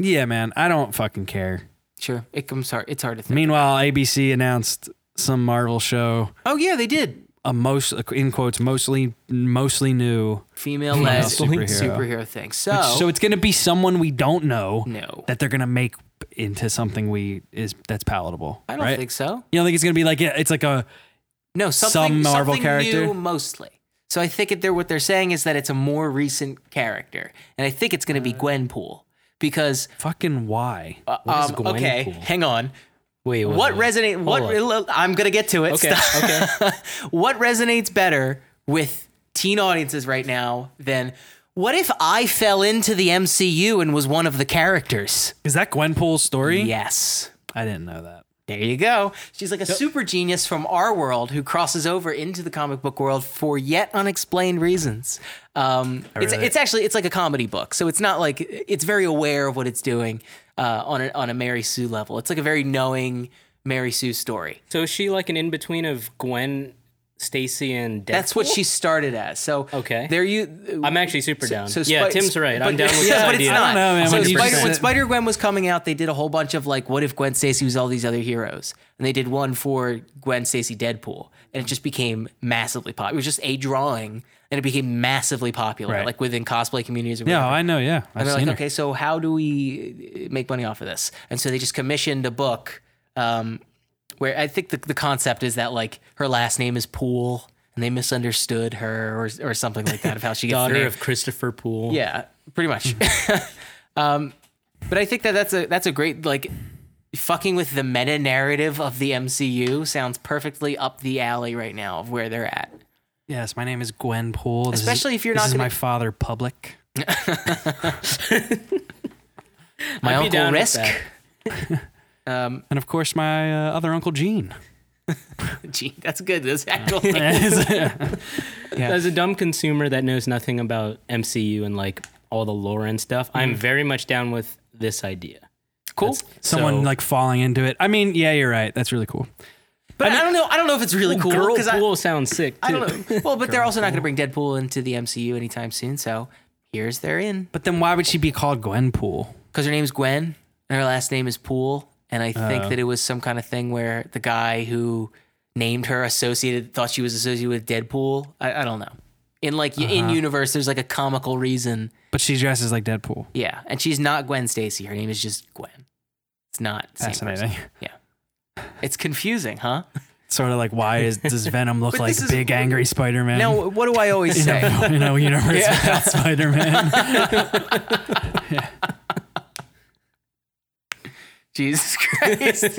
Speaker 2: Yeah, man. I don't fucking care.
Speaker 1: sure. It comes hard. It's hard to think.
Speaker 2: Meanwhile, ABC announced some Marvel show.
Speaker 1: Oh yeah, they did.
Speaker 2: A most in quotes mostly mostly new.
Speaker 1: Female led
Speaker 2: Superhero.
Speaker 1: superhero. thing. So,
Speaker 2: So it's gonna be someone we don't know.
Speaker 1: Oh. no,
Speaker 2: that they're gonna make into something we is that's palatable.
Speaker 1: I don't
Speaker 2: right?
Speaker 1: think so.
Speaker 2: You don't think it's gonna be like yeah, it's like a
Speaker 1: No, something,
Speaker 2: Some Marvel
Speaker 1: something
Speaker 2: character?
Speaker 1: new mostly. So I think it, they're what they're saying is that it's a more recent character, and I think it's going to be
Speaker 3: Uh.
Speaker 1: Gwenpool because
Speaker 2: fucking why?
Speaker 1: uh,
Speaker 3: What is
Speaker 1: um, okay,
Speaker 3: Gwenpool?
Speaker 1: hang on.
Speaker 3: Wait, wait,
Speaker 1: What
Speaker 3: wait.
Speaker 1: resonate? What I'm going to get to it.
Speaker 3: Okay,
Speaker 1: Stop.
Speaker 3: okay.
Speaker 1: what resonates better with teen audiences right now than what if I fell into the MCU and was one of the characters?
Speaker 2: Is that Gwenpool's story?
Speaker 1: Yes.
Speaker 2: I didn't know that.
Speaker 1: There you go. She's like a super genius from our world who crosses over into the comic book world for yet unexplained reasons. Um, it's,
Speaker 2: really-
Speaker 1: it's actually it's like a comedy book, so it's not like it's very aware of what it's doing uh, on a, on a Mary Sue level. It's like a very knowing Mary Sue story.
Speaker 3: So is she like an in between of Gwen, Stacy, and Deadpool?
Speaker 1: That's what she started as. So
Speaker 3: Okay.
Speaker 1: there you.
Speaker 3: I'm actually super down.
Speaker 1: so
Speaker 3: yeah,
Speaker 1: Spi-
Speaker 3: Tim's right. I'm
Speaker 1: but-
Speaker 3: down with
Speaker 1: yeah,
Speaker 3: this
Speaker 1: but
Speaker 3: idea.
Speaker 1: It's not.
Speaker 2: I don't know, man.
Speaker 1: So
Speaker 2: When
Speaker 1: when
Speaker 2: you
Speaker 1: Spider,
Speaker 2: said-
Speaker 1: when Spider Gwen was coming out, they did a whole bunch of like, what if Gwen Stacy was all these other heroes? And they did one for Gwen Stacy Deadpool, and it just became massively popular. It was just a drawing, and it became massively popular,
Speaker 2: Right.
Speaker 1: like within cosplay communities. Or
Speaker 2: No,
Speaker 1: whatever.
Speaker 2: I know. Yeah, I've
Speaker 1: And they're
Speaker 2: seen
Speaker 1: like,
Speaker 2: her.
Speaker 1: okay, so how do we uh, make money off of this? And so they just commissioned a book um, where I think the, the concept is that like her last name is Poole and they misunderstood her or, or something like that of how she gets the
Speaker 3: Daughter
Speaker 1: name.
Speaker 3: of Christopher Poole. Mm-hmm.
Speaker 1: Yeah, pretty much. um, but I think that that's a that's a great like fucking with the meta narrative of the MCU sounds perfectly up the alley right now of where they're at.
Speaker 2: Yes, my name is Gwen Poole. This is-
Speaker 1: Especially if you're
Speaker 2: this
Speaker 1: not
Speaker 2: is
Speaker 1: gonna-
Speaker 2: my father public.
Speaker 1: My
Speaker 3: I'd be
Speaker 1: uncle
Speaker 3: down with
Speaker 1: Risk.
Speaker 3: that.
Speaker 1: Um,
Speaker 2: And of course my uh, other uncle Gene.
Speaker 1: gee, that's good. That's actual. thing.
Speaker 3: As a dumb consumer that knows nothing about MCU and like all the lore and stuff,
Speaker 1: Hmm.
Speaker 3: I'm very much down with this idea.
Speaker 1: cool.
Speaker 3: That's-
Speaker 2: Someone
Speaker 3: so-
Speaker 2: like falling into it. I mean, yeah, you're right. That's really cool.
Speaker 1: But I, don't know. I don't know if it's really cool
Speaker 3: Girl
Speaker 1: because I,
Speaker 3: Pool sounds sick. Too.
Speaker 1: I don't know. Well, but they're also not going to bring Deadpool into the MCU anytime soon. So here's their in
Speaker 2: But then why would she be called Gwenpool?
Speaker 1: because her name's Gwen and her last name is Poole. And I think that it was some kind of thing where the guy who named her associated thought she was associated with Deadpool. I, I don't know. In like in universe, there's like a comical reason.
Speaker 2: But she dresses like Deadpool.
Speaker 1: Yeah, and she's not Gwen Stacy. Her name is just Gwen. It's not the same
Speaker 2: Fascinating.
Speaker 1: person. It's confusing, huh?
Speaker 2: Sort of like why is does Venom look
Speaker 1: But
Speaker 2: like
Speaker 1: this is-
Speaker 2: big angry Spider-Man?
Speaker 1: Now, what do I always
Speaker 2: in
Speaker 1: say?
Speaker 2: a, in a universe without Spider-Man.
Speaker 1: Jesus Christ.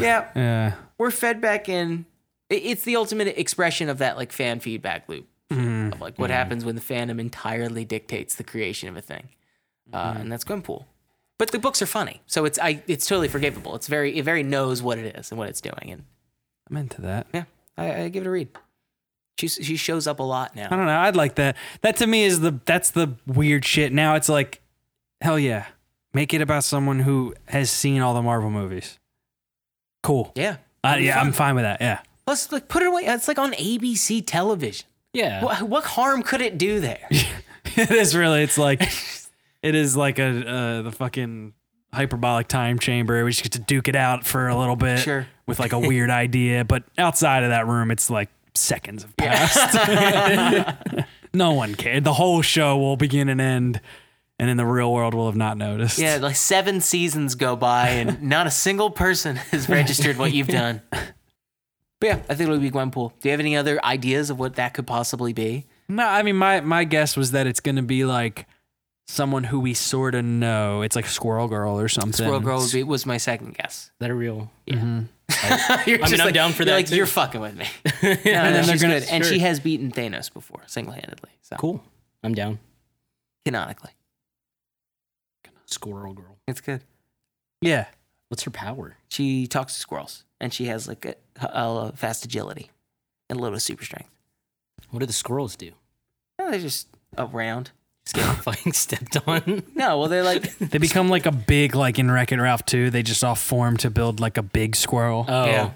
Speaker 1: yeah,
Speaker 2: yeah.
Speaker 1: we're fed back in. i- It's the ultimate expression of that like fan feedback loop
Speaker 2: Hmm.
Speaker 1: of like
Speaker 2: Mm-hmm.
Speaker 1: what happens when the fandom entirely dictates the creation of a thing,
Speaker 2: Mm-hmm.
Speaker 1: uh, and that's Gwenpool. But the books are funny, so it's I it's totally forgivable. It's very it very knows what it is and what it's doing, and
Speaker 2: I'm into that.
Speaker 1: yeah, I, I give it a read. She she shows up a lot now.
Speaker 2: I don't know. I'd like that. That to me is the that's the weird shit. Now it's like, hell yeah, make it about someone who has seen all the Marvel movies. Cool.
Speaker 1: Yeah.
Speaker 2: Uh, yeah, I'm fine with that. Yeah.
Speaker 1: Plus, like, put it away. It's like on ABC television.
Speaker 3: Yeah.
Speaker 1: What, what harm could it do there?
Speaker 2: it is really. It's like it is like a uh, the fucking hyperbolic time chamber. We just get to duke it out for a little bit,
Speaker 1: Sure.
Speaker 2: with like a weird idea. But outside of that room, it's like seconds have passed. no one cared. The whole show will begin and end, and in the real world, we'll have not noticed.
Speaker 1: Yeah, like seven seasons go by and not a single person has registered what you've done. But yeah, I think it'll be Gwenpool. Do you have any other ideas of what that could possibly be?
Speaker 2: No, I mean my my guess was that it's gonna be like someone who we sort of know. It's like Squirrel Girl or something. Mm-hmm.
Speaker 1: Squirrel Girl would be, was my second guess.
Speaker 3: That are real.
Speaker 1: You're
Speaker 3: mean,
Speaker 1: just
Speaker 3: I'm
Speaker 1: like-
Speaker 3: down for
Speaker 1: you're
Speaker 3: that
Speaker 1: Like
Speaker 3: too.
Speaker 1: you're fucking with me. No,
Speaker 3: And
Speaker 1: no,
Speaker 3: then they're
Speaker 1: she's
Speaker 3: gonna-
Speaker 1: good. and
Speaker 3: sure.
Speaker 1: she has beaten Thanos before single-handedly. So
Speaker 3: Cool. I'm down.
Speaker 1: canonically,
Speaker 3: Squirrel Girl.
Speaker 1: it's good.
Speaker 2: Yeah.
Speaker 3: What's her power?
Speaker 1: She talks to squirrels and she has like a, a fast agility and a little super strength.
Speaker 3: What do the squirrels do?
Speaker 1: No, they're just around.
Speaker 3: Just get fucking stepped on.
Speaker 1: No, well, they're like
Speaker 2: They become like a big like in Wreck It Ralph 2, they just all form to build like a big squirrel.
Speaker 3: Oh.
Speaker 1: Yeah.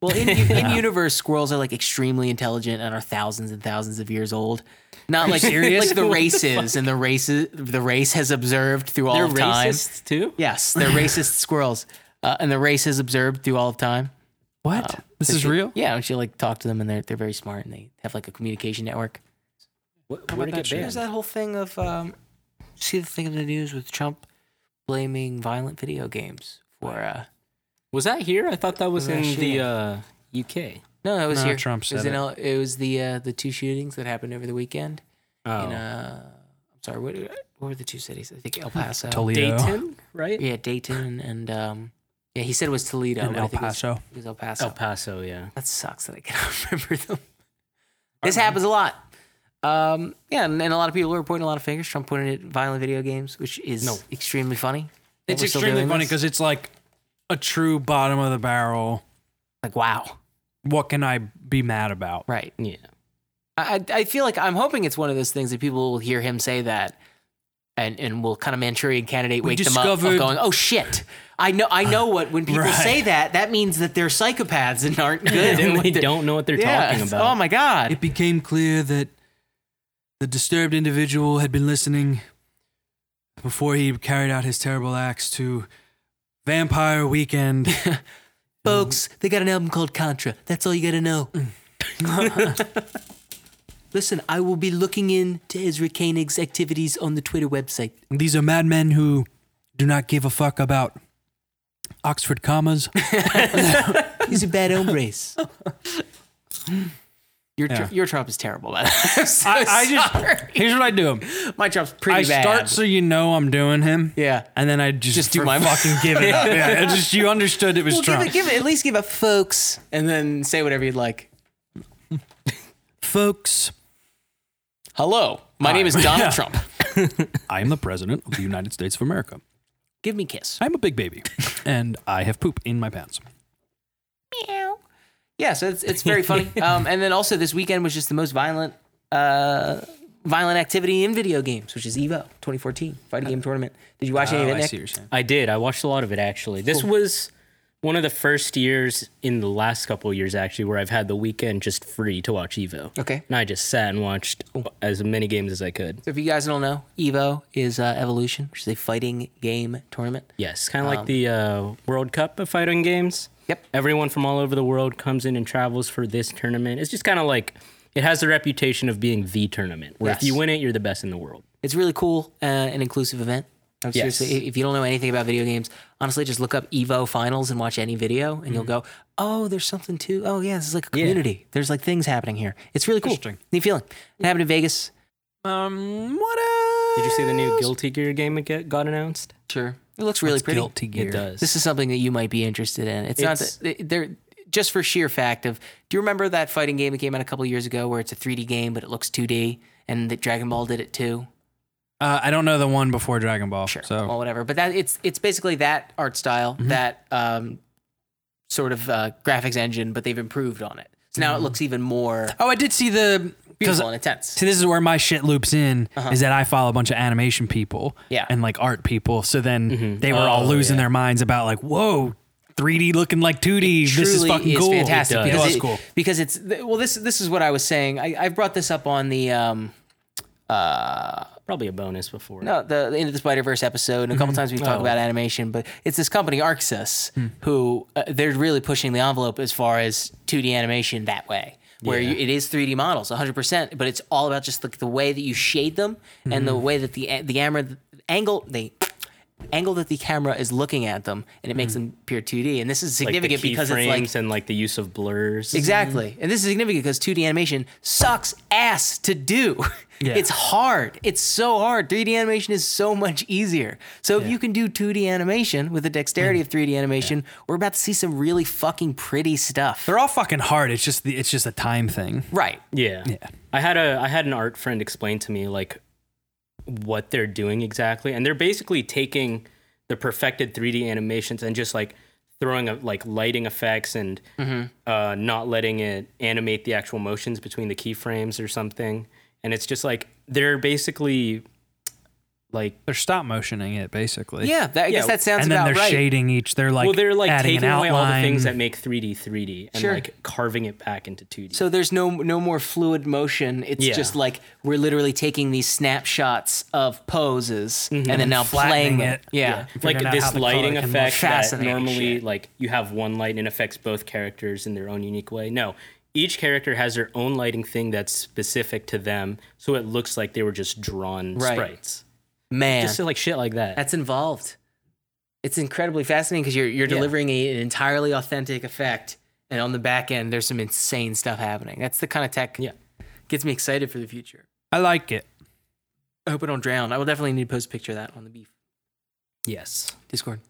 Speaker 1: Well, in, in universe, squirrels are like extremely intelligent and are thousands and thousands of years old. Not like
Speaker 2: serious?
Speaker 1: like the
Speaker 3: What the
Speaker 1: races and the races the race has observed through all
Speaker 3: They're
Speaker 1: of time.
Speaker 3: racist too?
Speaker 1: Yes, they're racist squirrels, uh, and the race has observed through all of time.
Speaker 2: what? this
Speaker 1: So
Speaker 2: is
Speaker 1: she-
Speaker 2: real?
Speaker 1: Yeah, and she like talk to them, and they're they're very smart, and they have like a communication network.
Speaker 3: What, where'd it
Speaker 2: that
Speaker 3: get
Speaker 2: shit?
Speaker 1: There's
Speaker 3: banned?
Speaker 1: that whole thing of um, see the thing in the news with Trump blaming violent video games for uh,
Speaker 3: Was that here? I thought that was
Speaker 1: Where's that
Speaker 3: in the
Speaker 1: shit?
Speaker 3: uh, UK.
Speaker 1: no, it was
Speaker 2: No,
Speaker 1: here.
Speaker 2: Trump
Speaker 1: it was,
Speaker 2: said
Speaker 1: in
Speaker 2: it.
Speaker 1: L- it was the uh, the two shootings that happened over the weekend.
Speaker 3: Oh.
Speaker 1: in uh I'm sorry, what what were the two cities? I think El Paso.
Speaker 2: Toledo
Speaker 3: Dayton, right?
Speaker 1: Yeah, Dayton and um yeah, he said it was Toledo.
Speaker 2: and
Speaker 1: but I
Speaker 2: El
Speaker 1: think it was-
Speaker 2: Paso.
Speaker 1: It was El Paso.
Speaker 3: El Paso, yeah.
Speaker 1: that sucks that I cannot remember them. This happens a lot. Um yeah, and, and a lot of people are pointing a lot of fingers. Trump pointed at violent video games, which is
Speaker 3: No.
Speaker 1: extremely funny. that
Speaker 2: It's
Speaker 1: we're still
Speaker 2: extremely
Speaker 1: doing
Speaker 2: funny
Speaker 1: this.
Speaker 2: cuz it's like a true bottom of the barrel.
Speaker 1: like wow.
Speaker 2: What can I be mad about?
Speaker 1: Right.
Speaker 3: Yeah.
Speaker 1: I I I feel like I'm hoping it's one of those things that people will hear him say that, and and will kind of Manchurian candidate wake them up of
Speaker 2: discovered-
Speaker 1: going, oh shit, I know I know what when people
Speaker 2: Right.
Speaker 1: say that that means that they're psychopaths and aren't good
Speaker 3: And
Speaker 1: what
Speaker 3: they
Speaker 1: they're-
Speaker 3: don't know what they're
Speaker 1: Yeah.
Speaker 3: talking about.
Speaker 1: Oh my god,
Speaker 2: It became clear that the disturbed individual had been listening before he carried out his terrible acts to Vampire Weekend.
Speaker 1: folks, they got an album called Contra. That's all you got to know. Mm. Listen, I will be looking into Ezra Koenig's activities on the Twitter website.
Speaker 2: These are madmen who do not give a fuck about Oxford commas.
Speaker 1: He's a bad hombres. Your tr-
Speaker 2: Yeah.
Speaker 1: your Trump is terrible. By the way. I'm so
Speaker 2: I, I
Speaker 1: sorry.
Speaker 2: just here's what I do.
Speaker 1: my Trump's pretty
Speaker 2: I
Speaker 1: bad.
Speaker 2: start so you know I'm doing him.
Speaker 1: yeah.
Speaker 2: And then I just,
Speaker 1: Just do
Speaker 2: for
Speaker 1: my-
Speaker 2: fucking give it up. Yeah, it's just you understood it was
Speaker 1: Well, give
Speaker 2: Trump.
Speaker 1: it, give it, at least give a folks, and then say whatever you'd like.
Speaker 2: Folks,
Speaker 1: Hello, my name is Donald
Speaker 2: Yeah.
Speaker 1: Trump.
Speaker 2: I am the president of the United States of America.
Speaker 1: Give me kiss.
Speaker 2: I'm a big baby, and I have poop in my pants.
Speaker 1: Meow. Yeah, so it's, it's very funny. Um, and then also this weekend was just the most violent, uh, violent activity in video games, which is Evo 2014 fighting game tournament. Did you watch any of it, Nick?
Speaker 2: you're saying.
Speaker 3: I did. I watched a lot of it actually. This was one of the first years in the last couple of years actually where I've had the weekend just free to watch Evo.
Speaker 1: Okay.
Speaker 3: And I just sat and watched as many games as I could.
Speaker 1: So if you guys don't know, Evo is uh, Evolution, which is a fighting game tournament.
Speaker 3: Yes, kind of like the uh, World Cup of fighting games.
Speaker 1: Um, Yep.
Speaker 3: Everyone from all over the world comes in and travels for this tournament. It's just kind of like it has the reputation of being the tournament where if
Speaker 1: Yes.
Speaker 3: you win it, you're the best in the world.
Speaker 1: It's really cool uh, and inclusive event. Um,
Speaker 3: Yes.
Speaker 1: Seriously, i- if you don't know anything about video games, honestly, just look up Evo Finals and watch any video, and you'll go, "Oh, there's something to. Oh, yeah, this is like a community. There's like things happening here. It's really cool.
Speaker 2: Interesting.
Speaker 1: Neat feeling. It happened in Vegas.
Speaker 2: Um, what else?
Speaker 3: Did you see the new Guilty Gear game that get- got announced?
Speaker 1: Sure, it looks really pretty.
Speaker 2: Guilty Gear?
Speaker 3: It does.
Speaker 1: This is something that you might be interested in. It's, not
Speaker 3: It's-
Speaker 1: that they're just for sheer fact of. Do you remember that fighting game that came out a couple years ago where it's a 3D game but it looks 2D, and that Dragon Ball did it too?
Speaker 2: Uh, I don't know the one before Dragon Ball.
Speaker 1: sure,
Speaker 2: So Mm-hmm.
Speaker 1: well, whatever. But that it's it's basically that art style, that um, sort of uh, graphics engine, but they've improved on it. So now
Speaker 2: Mm-hmm.
Speaker 1: it looks even more
Speaker 2: Oh, I did see the because
Speaker 1: beautiful and intense.
Speaker 2: see this is where my shit loops in is that I follow a bunch of animation people
Speaker 1: Yeah. Oh,
Speaker 2: and like art people. So then
Speaker 3: Mm-hmm.
Speaker 2: they were all losing their minds about like, whoa, 3D looking like 2D. This is
Speaker 1: Truly
Speaker 2: fucking cool.
Speaker 1: fantastic
Speaker 2: It
Speaker 1: because
Speaker 2: was
Speaker 1: it-
Speaker 2: cool.
Speaker 1: because it's th- well this this is what I was saying. I, I brought this up on the um,
Speaker 3: Probably a bonus before.
Speaker 1: No, the, the Into the Spider Verse episode, and a
Speaker 3: Mm-hmm.
Speaker 1: couple times we
Speaker 3: Oh.
Speaker 1: talk about animation, but it's this company, Arxis,
Speaker 3: Hmm.
Speaker 1: who uh, they're really pushing the envelope as far as 2D animation that way, where you, it is 3D models 100%, but it's all about just like the way that you shade them and
Speaker 3: Mm-hmm.
Speaker 1: the way that the a- the camera angle they angle that the camera is looking at them, and it makes them appear 2D. And this is
Speaker 3: Mm-hmm. Like the
Speaker 1: significant because it's like
Speaker 3: keyframes and like the use of blurs.
Speaker 1: Exactly. And this is significant because 2D animation sucks ass to do.
Speaker 2: Yeah.
Speaker 1: It's hard. It's so hard. 3D animation is so much easier. So if you can do 2D animation with the dexterity of 3D animation, we're about to see some really fucking pretty stuff.
Speaker 2: They're all fucking hard. It's just the, it's just a time thing.
Speaker 1: Right.
Speaker 3: Yeah.
Speaker 2: Yeah.
Speaker 3: I had a I had an art friend explain to me like what they're doing exactly. And they're basically taking the perfected 3D animations and just like throwing a, like lighting effects and
Speaker 2: Mm-hmm.
Speaker 3: uh, not letting it animate the actual motions between the keyframes or something. And it's just like they're basically like
Speaker 2: They're stop motioning it basically.
Speaker 1: Yeah. That, I guess
Speaker 3: Yeah.
Speaker 1: that sounds
Speaker 2: And then
Speaker 1: about
Speaker 2: they're
Speaker 1: right.
Speaker 2: shading each. They're like
Speaker 3: well they're like
Speaker 2: adding
Speaker 3: taking
Speaker 2: an
Speaker 3: away
Speaker 2: outline.
Speaker 3: all the things that make 3D 3D and
Speaker 1: Sure.
Speaker 3: like carving it back into 2D.
Speaker 1: So there's no no more fluid motion. It's
Speaker 3: Yeah.
Speaker 1: just like we're literally taking these snapshots of poses and then now
Speaker 2: Mm-hmm. Flattening
Speaker 1: playing them.
Speaker 2: it.
Speaker 1: Yeah.
Speaker 3: like
Speaker 2: figuring out how
Speaker 3: this
Speaker 2: the
Speaker 3: lighting
Speaker 2: color can look.
Speaker 3: effect that
Speaker 1: Fascinating
Speaker 3: normally
Speaker 1: shit.
Speaker 3: like you have one light and it affects both characters in their own unique way no each character has their own lighting thing that's specific to them so it looks like they were just drawn
Speaker 1: Right.
Speaker 3: sprites
Speaker 1: Man.
Speaker 3: just so, like shit like that
Speaker 1: that's involved. It's incredibly fascinating because you're you're delivering a, an entirely authentic effect, and on the back end, there's some insane stuff happening. That's the kind of tech
Speaker 3: Yeah.
Speaker 1: gets me excited for the future.
Speaker 2: I like it.
Speaker 1: I hope I don't drown. I will definitely need to post a picture of that on the beef
Speaker 3: yes
Speaker 1: Discord.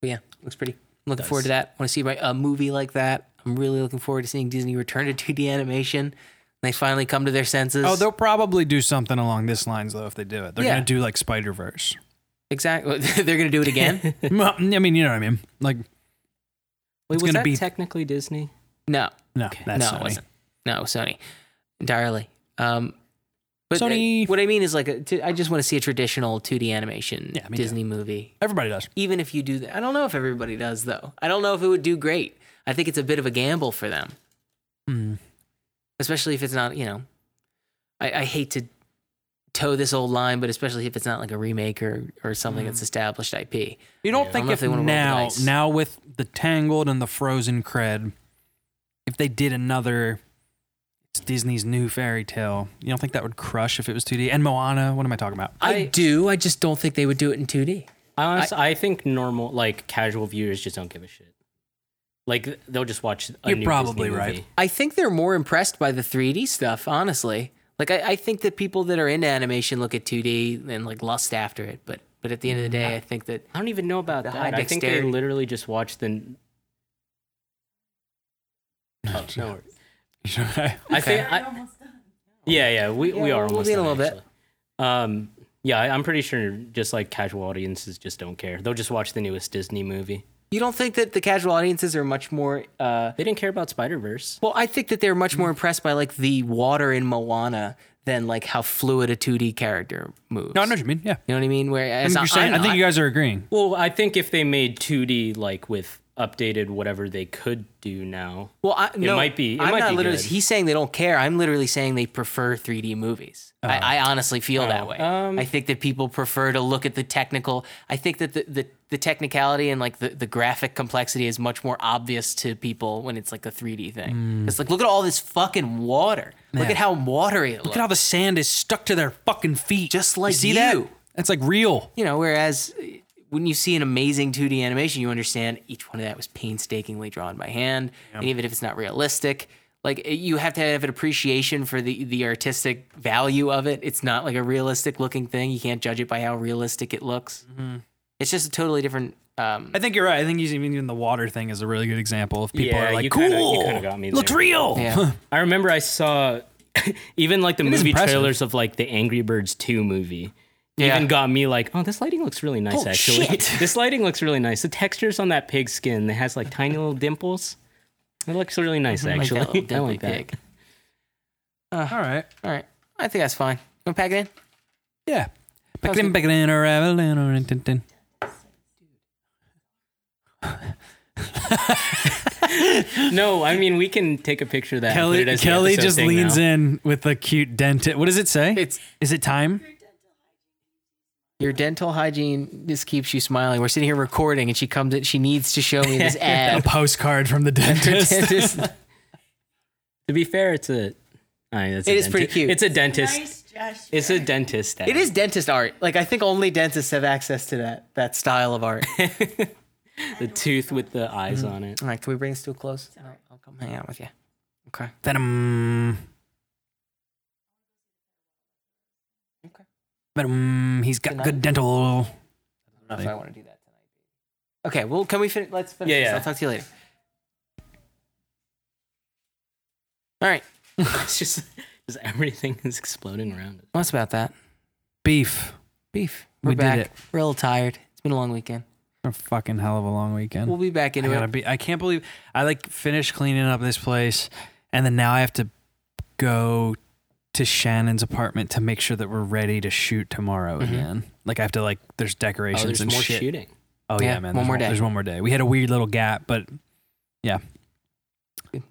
Speaker 1: But yeah, looks pretty. I'm looking
Speaker 3: Does.
Speaker 1: forward to that. Want to see my, a movie like that? I'm really looking forward to seeing Disney return to 2D animation. They finally come to their senses.
Speaker 2: Oh, they'll probably do something along this lines though if they do it. They're
Speaker 1: Yeah.
Speaker 2: gonna do like Spider Verse.
Speaker 1: exactly. They're gonna do it again. Wait,
Speaker 2: Well, I mean, you know what I mean. Like,
Speaker 3: Wait, was
Speaker 2: gonna
Speaker 3: that
Speaker 2: be-
Speaker 3: technically disney
Speaker 1: no,
Speaker 2: no, that's
Speaker 1: no,
Speaker 2: Sony.
Speaker 1: it wasn't. No, Sony entirely. Um, but uh,
Speaker 2: Sony.
Speaker 1: what I mean is like, a, to, I just want to see a traditional 2D animation
Speaker 2: Yeah, me too.
Speaker 1: Disney movie.
Speaker 2: Everybody does.
Speaker 1: Even if you do that, I don't know if everybody does though. I don't know if it would do great. I think it's a bit of a gamble for them, Hmm. especially if it's not. You know, I, I hate to toe this old line, but especially if it's not like a remake or or something that's established IP.
Speaker 2: You don't
Speaker 3: Yeah.
Speaker 1: I don't
Speaker 2: think
Speaker 1: know
Speaker 2: if
Speaker 1: if they wanna roll the
Speaker 2: now,
Speaker 1: dice.
Speaker 2: now with the Tangled and the Frozen cred, if they did another, it's Disney's new fairy tale. You don't think that would crush if it was 2D? And Moana. What am I talking about?
Speaker 1: I,
Speaker 3: I-
Speaker 1: do. I just don't think they would do it in 2D.
Speaker 3: I, honest, I think normal like casual viewers just don't give a shit Like they'll just watch. A
Speaker 2: You're
Speaker 3: new
Speaker 2: probably
Speaker 3: Disney
Speaker 2: right.
Speaker 3: movie.
Speaker 1: I think they're more impressed by the 3D stuff, honestly. Like I, I think that people that are into animation look at 2D and like lust after it, but but at the end of the day, I think that
Speaker 3: I don't even know about
Speaker 1: The high
Speaker 3: that. I think they
Speaker 1: dexterity.
Speaker 3: literally just watch the. Oh, no. worries. I think. I, yeah, yeah, we, we
Speaker 1: Yeah,
Speaker 3: are
Speaker 1: we'll
Speaker 3: almost
Speaker 1: be in a little
Speaker 3: done,
Speaker 1: bit.
Speaker 3: actually. Um, yeah, I, I'm pretty sure just like casual audiences just don't care. They'll just watch the newest Disney movie.
Speaker 1: you don't think that the casual audiences are much more. Uh,
Speaker 3: They didn't care about Spider Verse.
Speaker 1: well, I think that they're much more impressed by like the water in Moana than like how fluid a 2D character moves.
Speaker 2: no, I know what you mean. Yeah,
Speaker 1: You know what I mean? Where
Speaker 2: I,
Speaker 1: it's
Speaker 2: think
Speaker 1: not-
Speaker 2: you're saying, I
Speaker 1: I'm
Speaker 2: think you
Speaker 1: not-
Speaker 2: guys are agreeing.
Speaker 3: Well, I think if they made 2D like with updated whatever they could do now,
Speaker 1: Well, I, no,
Speaker 3: might be- it
Speaker 1: I'm
Speaker 3: might
Speaker 1: not
Speaker 3: be
Speaker 1: literally.
Speaker 3: good.
Speaker 1: He's saying they don't care. I'm literally saying they prefer 3D movies. I, I honestly feel that way.
Speaker 3: Oh. um,
Speaker 1: I think that people prefer to look at the technical. I think that the, the, the technicality and like the, the graphic complexity is much more obvious to people when it's like a 3D thing.
Speaker 3: Hmm.
Speaker 1: It's like look at all this fucking water. Look
Speaker 2: Yeah.
Speaker 1: at how watery it
Speaker 2: Look
Speaker 1: looks.
Speaker 2: at how the sand is stuck to their fucking feet.
Speaker 1: Just like
Speaker 2: you see
Speaker 1: you.
Speaker 2: that? That's like real.
Speaker 1: you know, whereas uh, when you see an amazing 2D animation, you understand each one of that was painstakingly drawn by hand, and even if it's not realistic, like it- you have to have an appreciation for the the artistic value of it. It's not like a realistic looking thing. You can't judge it by how realistic it looks. It's just a totally different. Um,
Speaker 2: I think you're right. I think even even the water thing is a really good example. If people
Speaker 3: Yeah,
Speaker 2: are like,
Speaker 3: you
Speaker 2: "Cool,
Speaker 3: kinda- you kinda got me
Speaker 2: looks
Speaker 3: there."
Speaker 2: real."
Speaker 1: yeah,
Speaker 3: I remember I saw even like the
Speaker 2: is
Speaker 3: movie
Speaker 2: impressive.
Speaker 3: trailers of like the Angry Birds 2 movie.
Speaker 1: Yeah.
Speaker 3: Even got me like, oh, this lighting looks really nice.
Speaker 1: Oh,
Speaker 3: actually,
Speaker 1: shit.
Speaker 3: this lighting looks really nice. The textures on that pig skin that has like tiny little dimples. It looks really nice,
Speaker 1: I like
Speaker 3: actually.
Speaker 1: that little
Speaker 3: I
Speaker 1: dimply
Speaker 3: like that.
Speaker 1: pig.
Speaker 2: All right.
Speaker 1: All right, I think that's fine. Want to pack it in?
Speaker 2: Yeah.
Speaker 1: Sounds
Speaker 2: Back in,
Speaker 1: good.
Speaker 2: back in, uh, or rather, in, or in, tin, tin.
Speaker 3: No, I mean we can take a picture of that. and put it
Speaker 2: Kelly,
Speaker 3: as the
Speaker 2: Kelly
Speaker 3: episode
Speaker 2: just
Speaker 3: thing
Speaker 2: leans
Speaker 3: now.
Speaker 2: in with a cute dentist. What does it say?
Speaker 1: It's
Speaker 2: Is it time?
Speaker 1: your dental hygiene just keeps you smiling. We're sitting here recording, and she comes in. She needs to show me this
Speaker 2: A
Speaker 1: ad.
Speaker 2: postcard from the dentist.
Speaker 1: Dentist.
Speaker 3: To be fair, it's a. I mean, it's a
Speaker 1: It is pretty
Speaker 3: denti-
Speaker 1: cute.
Speaker 3: It's a dentist.
Speaker 4: Nice gesture.
Speaker 3: It's a dentist.
Speaker 1: It is dentist art. Like I think only dentists have access to that that style of art.
Speaker 3: the tooth with the eyes on it.
Speaker 1: All right, can we bring this to a close? I'll, I'll come hang out with you. Okay.
Speaker 2: Venom.
Speaker 1: Okay.
Speaker 2: Venom. um, He's got
Speaker 1: Good night.
Speaker 2: good dental.
Speaker 1: I don't know if I want to do that tonight. Okay. Well, can we finish? Let's finish.
Speaker 3: Yeah,
Speaker 1: this.
Speaker 3: yeah.
Speaker 1: I'll talk to you later. All right.
Speaker 3: It's just, just everything is exploding around it.
Speaker 1: What's about that?
Speaker 2: Beef.
Speaker 1: Beef. We're
Speaker 2: We did
Speaker 1: back.
Speaker 2: it.
Speaker 1: We're a little tired. It's been a long weekend.
Speaker 2: A fucking hell of a long weekend.
Speaker 1: We'll be back
Speaker 2: I
Speaker 1: into
Speaker 2: gotta
Speaker 1: it.
Speaker 2: be. I can't believe I like finished cleaning up this place, and then now I have to go to Shannon's apartment to make sure that we're ready to shoot tomorrow again. Like I have to like there's decorations
Speaker 3: Oh, there's
Speaker 2: and
Speaker 3: more
Speaker 2: shit.
Speaker 3: shooting.
Speaker 2: Oh yeah,
Speaker 1: Yeah, one
Speaker 2: man. there's
Speaker 1: more day.
Speaker 2: There's one more day. We had a weird little gap, but yeah.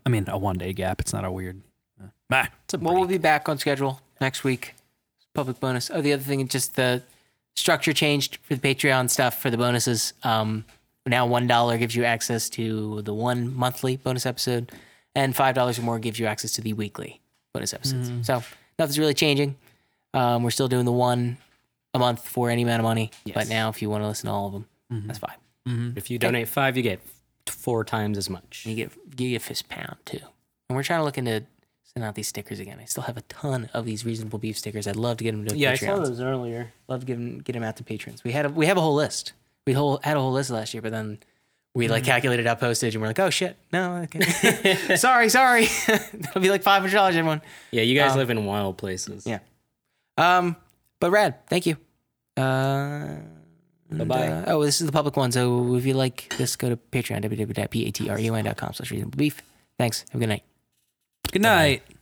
Speaker 2: I mean, a one day gap. It's not a weird. uh, Bah.
Speaker 1: Well, we'll be back on schedule next week. Public bonus. Oh, the other thing is just the structure changed for the Patreon stuff for the bonuses. Um, now one dollar gives you access to the one monthly bonus episode, and five dollars or more gives you access to the weekly bonus episodes. So nothing's really changing. Um, we're still doing the one a month for any amount of money, but now if you want to listen to all of them, that's fine.
Speaker 3: If you donate five, you get four times as much.
Speaker 1: You get you get a fist pound too. And we're trying to look into sending out these stickers again. I still have a ton of these reasonable beef stickers. I'd love to get them to
Speaker 3: Yeah, I saw
Speaker 1: Patreons.
Speaker 3: those earlier.
Speaker 1: love giving get them out to patrons. We had a, we have a whole list. We whole, had a whole list last year, but then we
Speaker 3: Mm-hmm.
Speaker 1: like calculated out postage and we're like, oh shit, no, okay. sorry, sorry. That'll be like five hundred dollars, everyone.
Speaker 3: Yeah, you guys live in wild places.
Speaker 1: yeah. Um, but rad, thank you. Uh,
Speaker 3: Bye bye.
Speaker 1: uh, oh, this is the public one. So if you like this, go to E Patreon www.patreon.com slash reasonable beef. Thanks. Have a good night.
Speaker 2: Good night.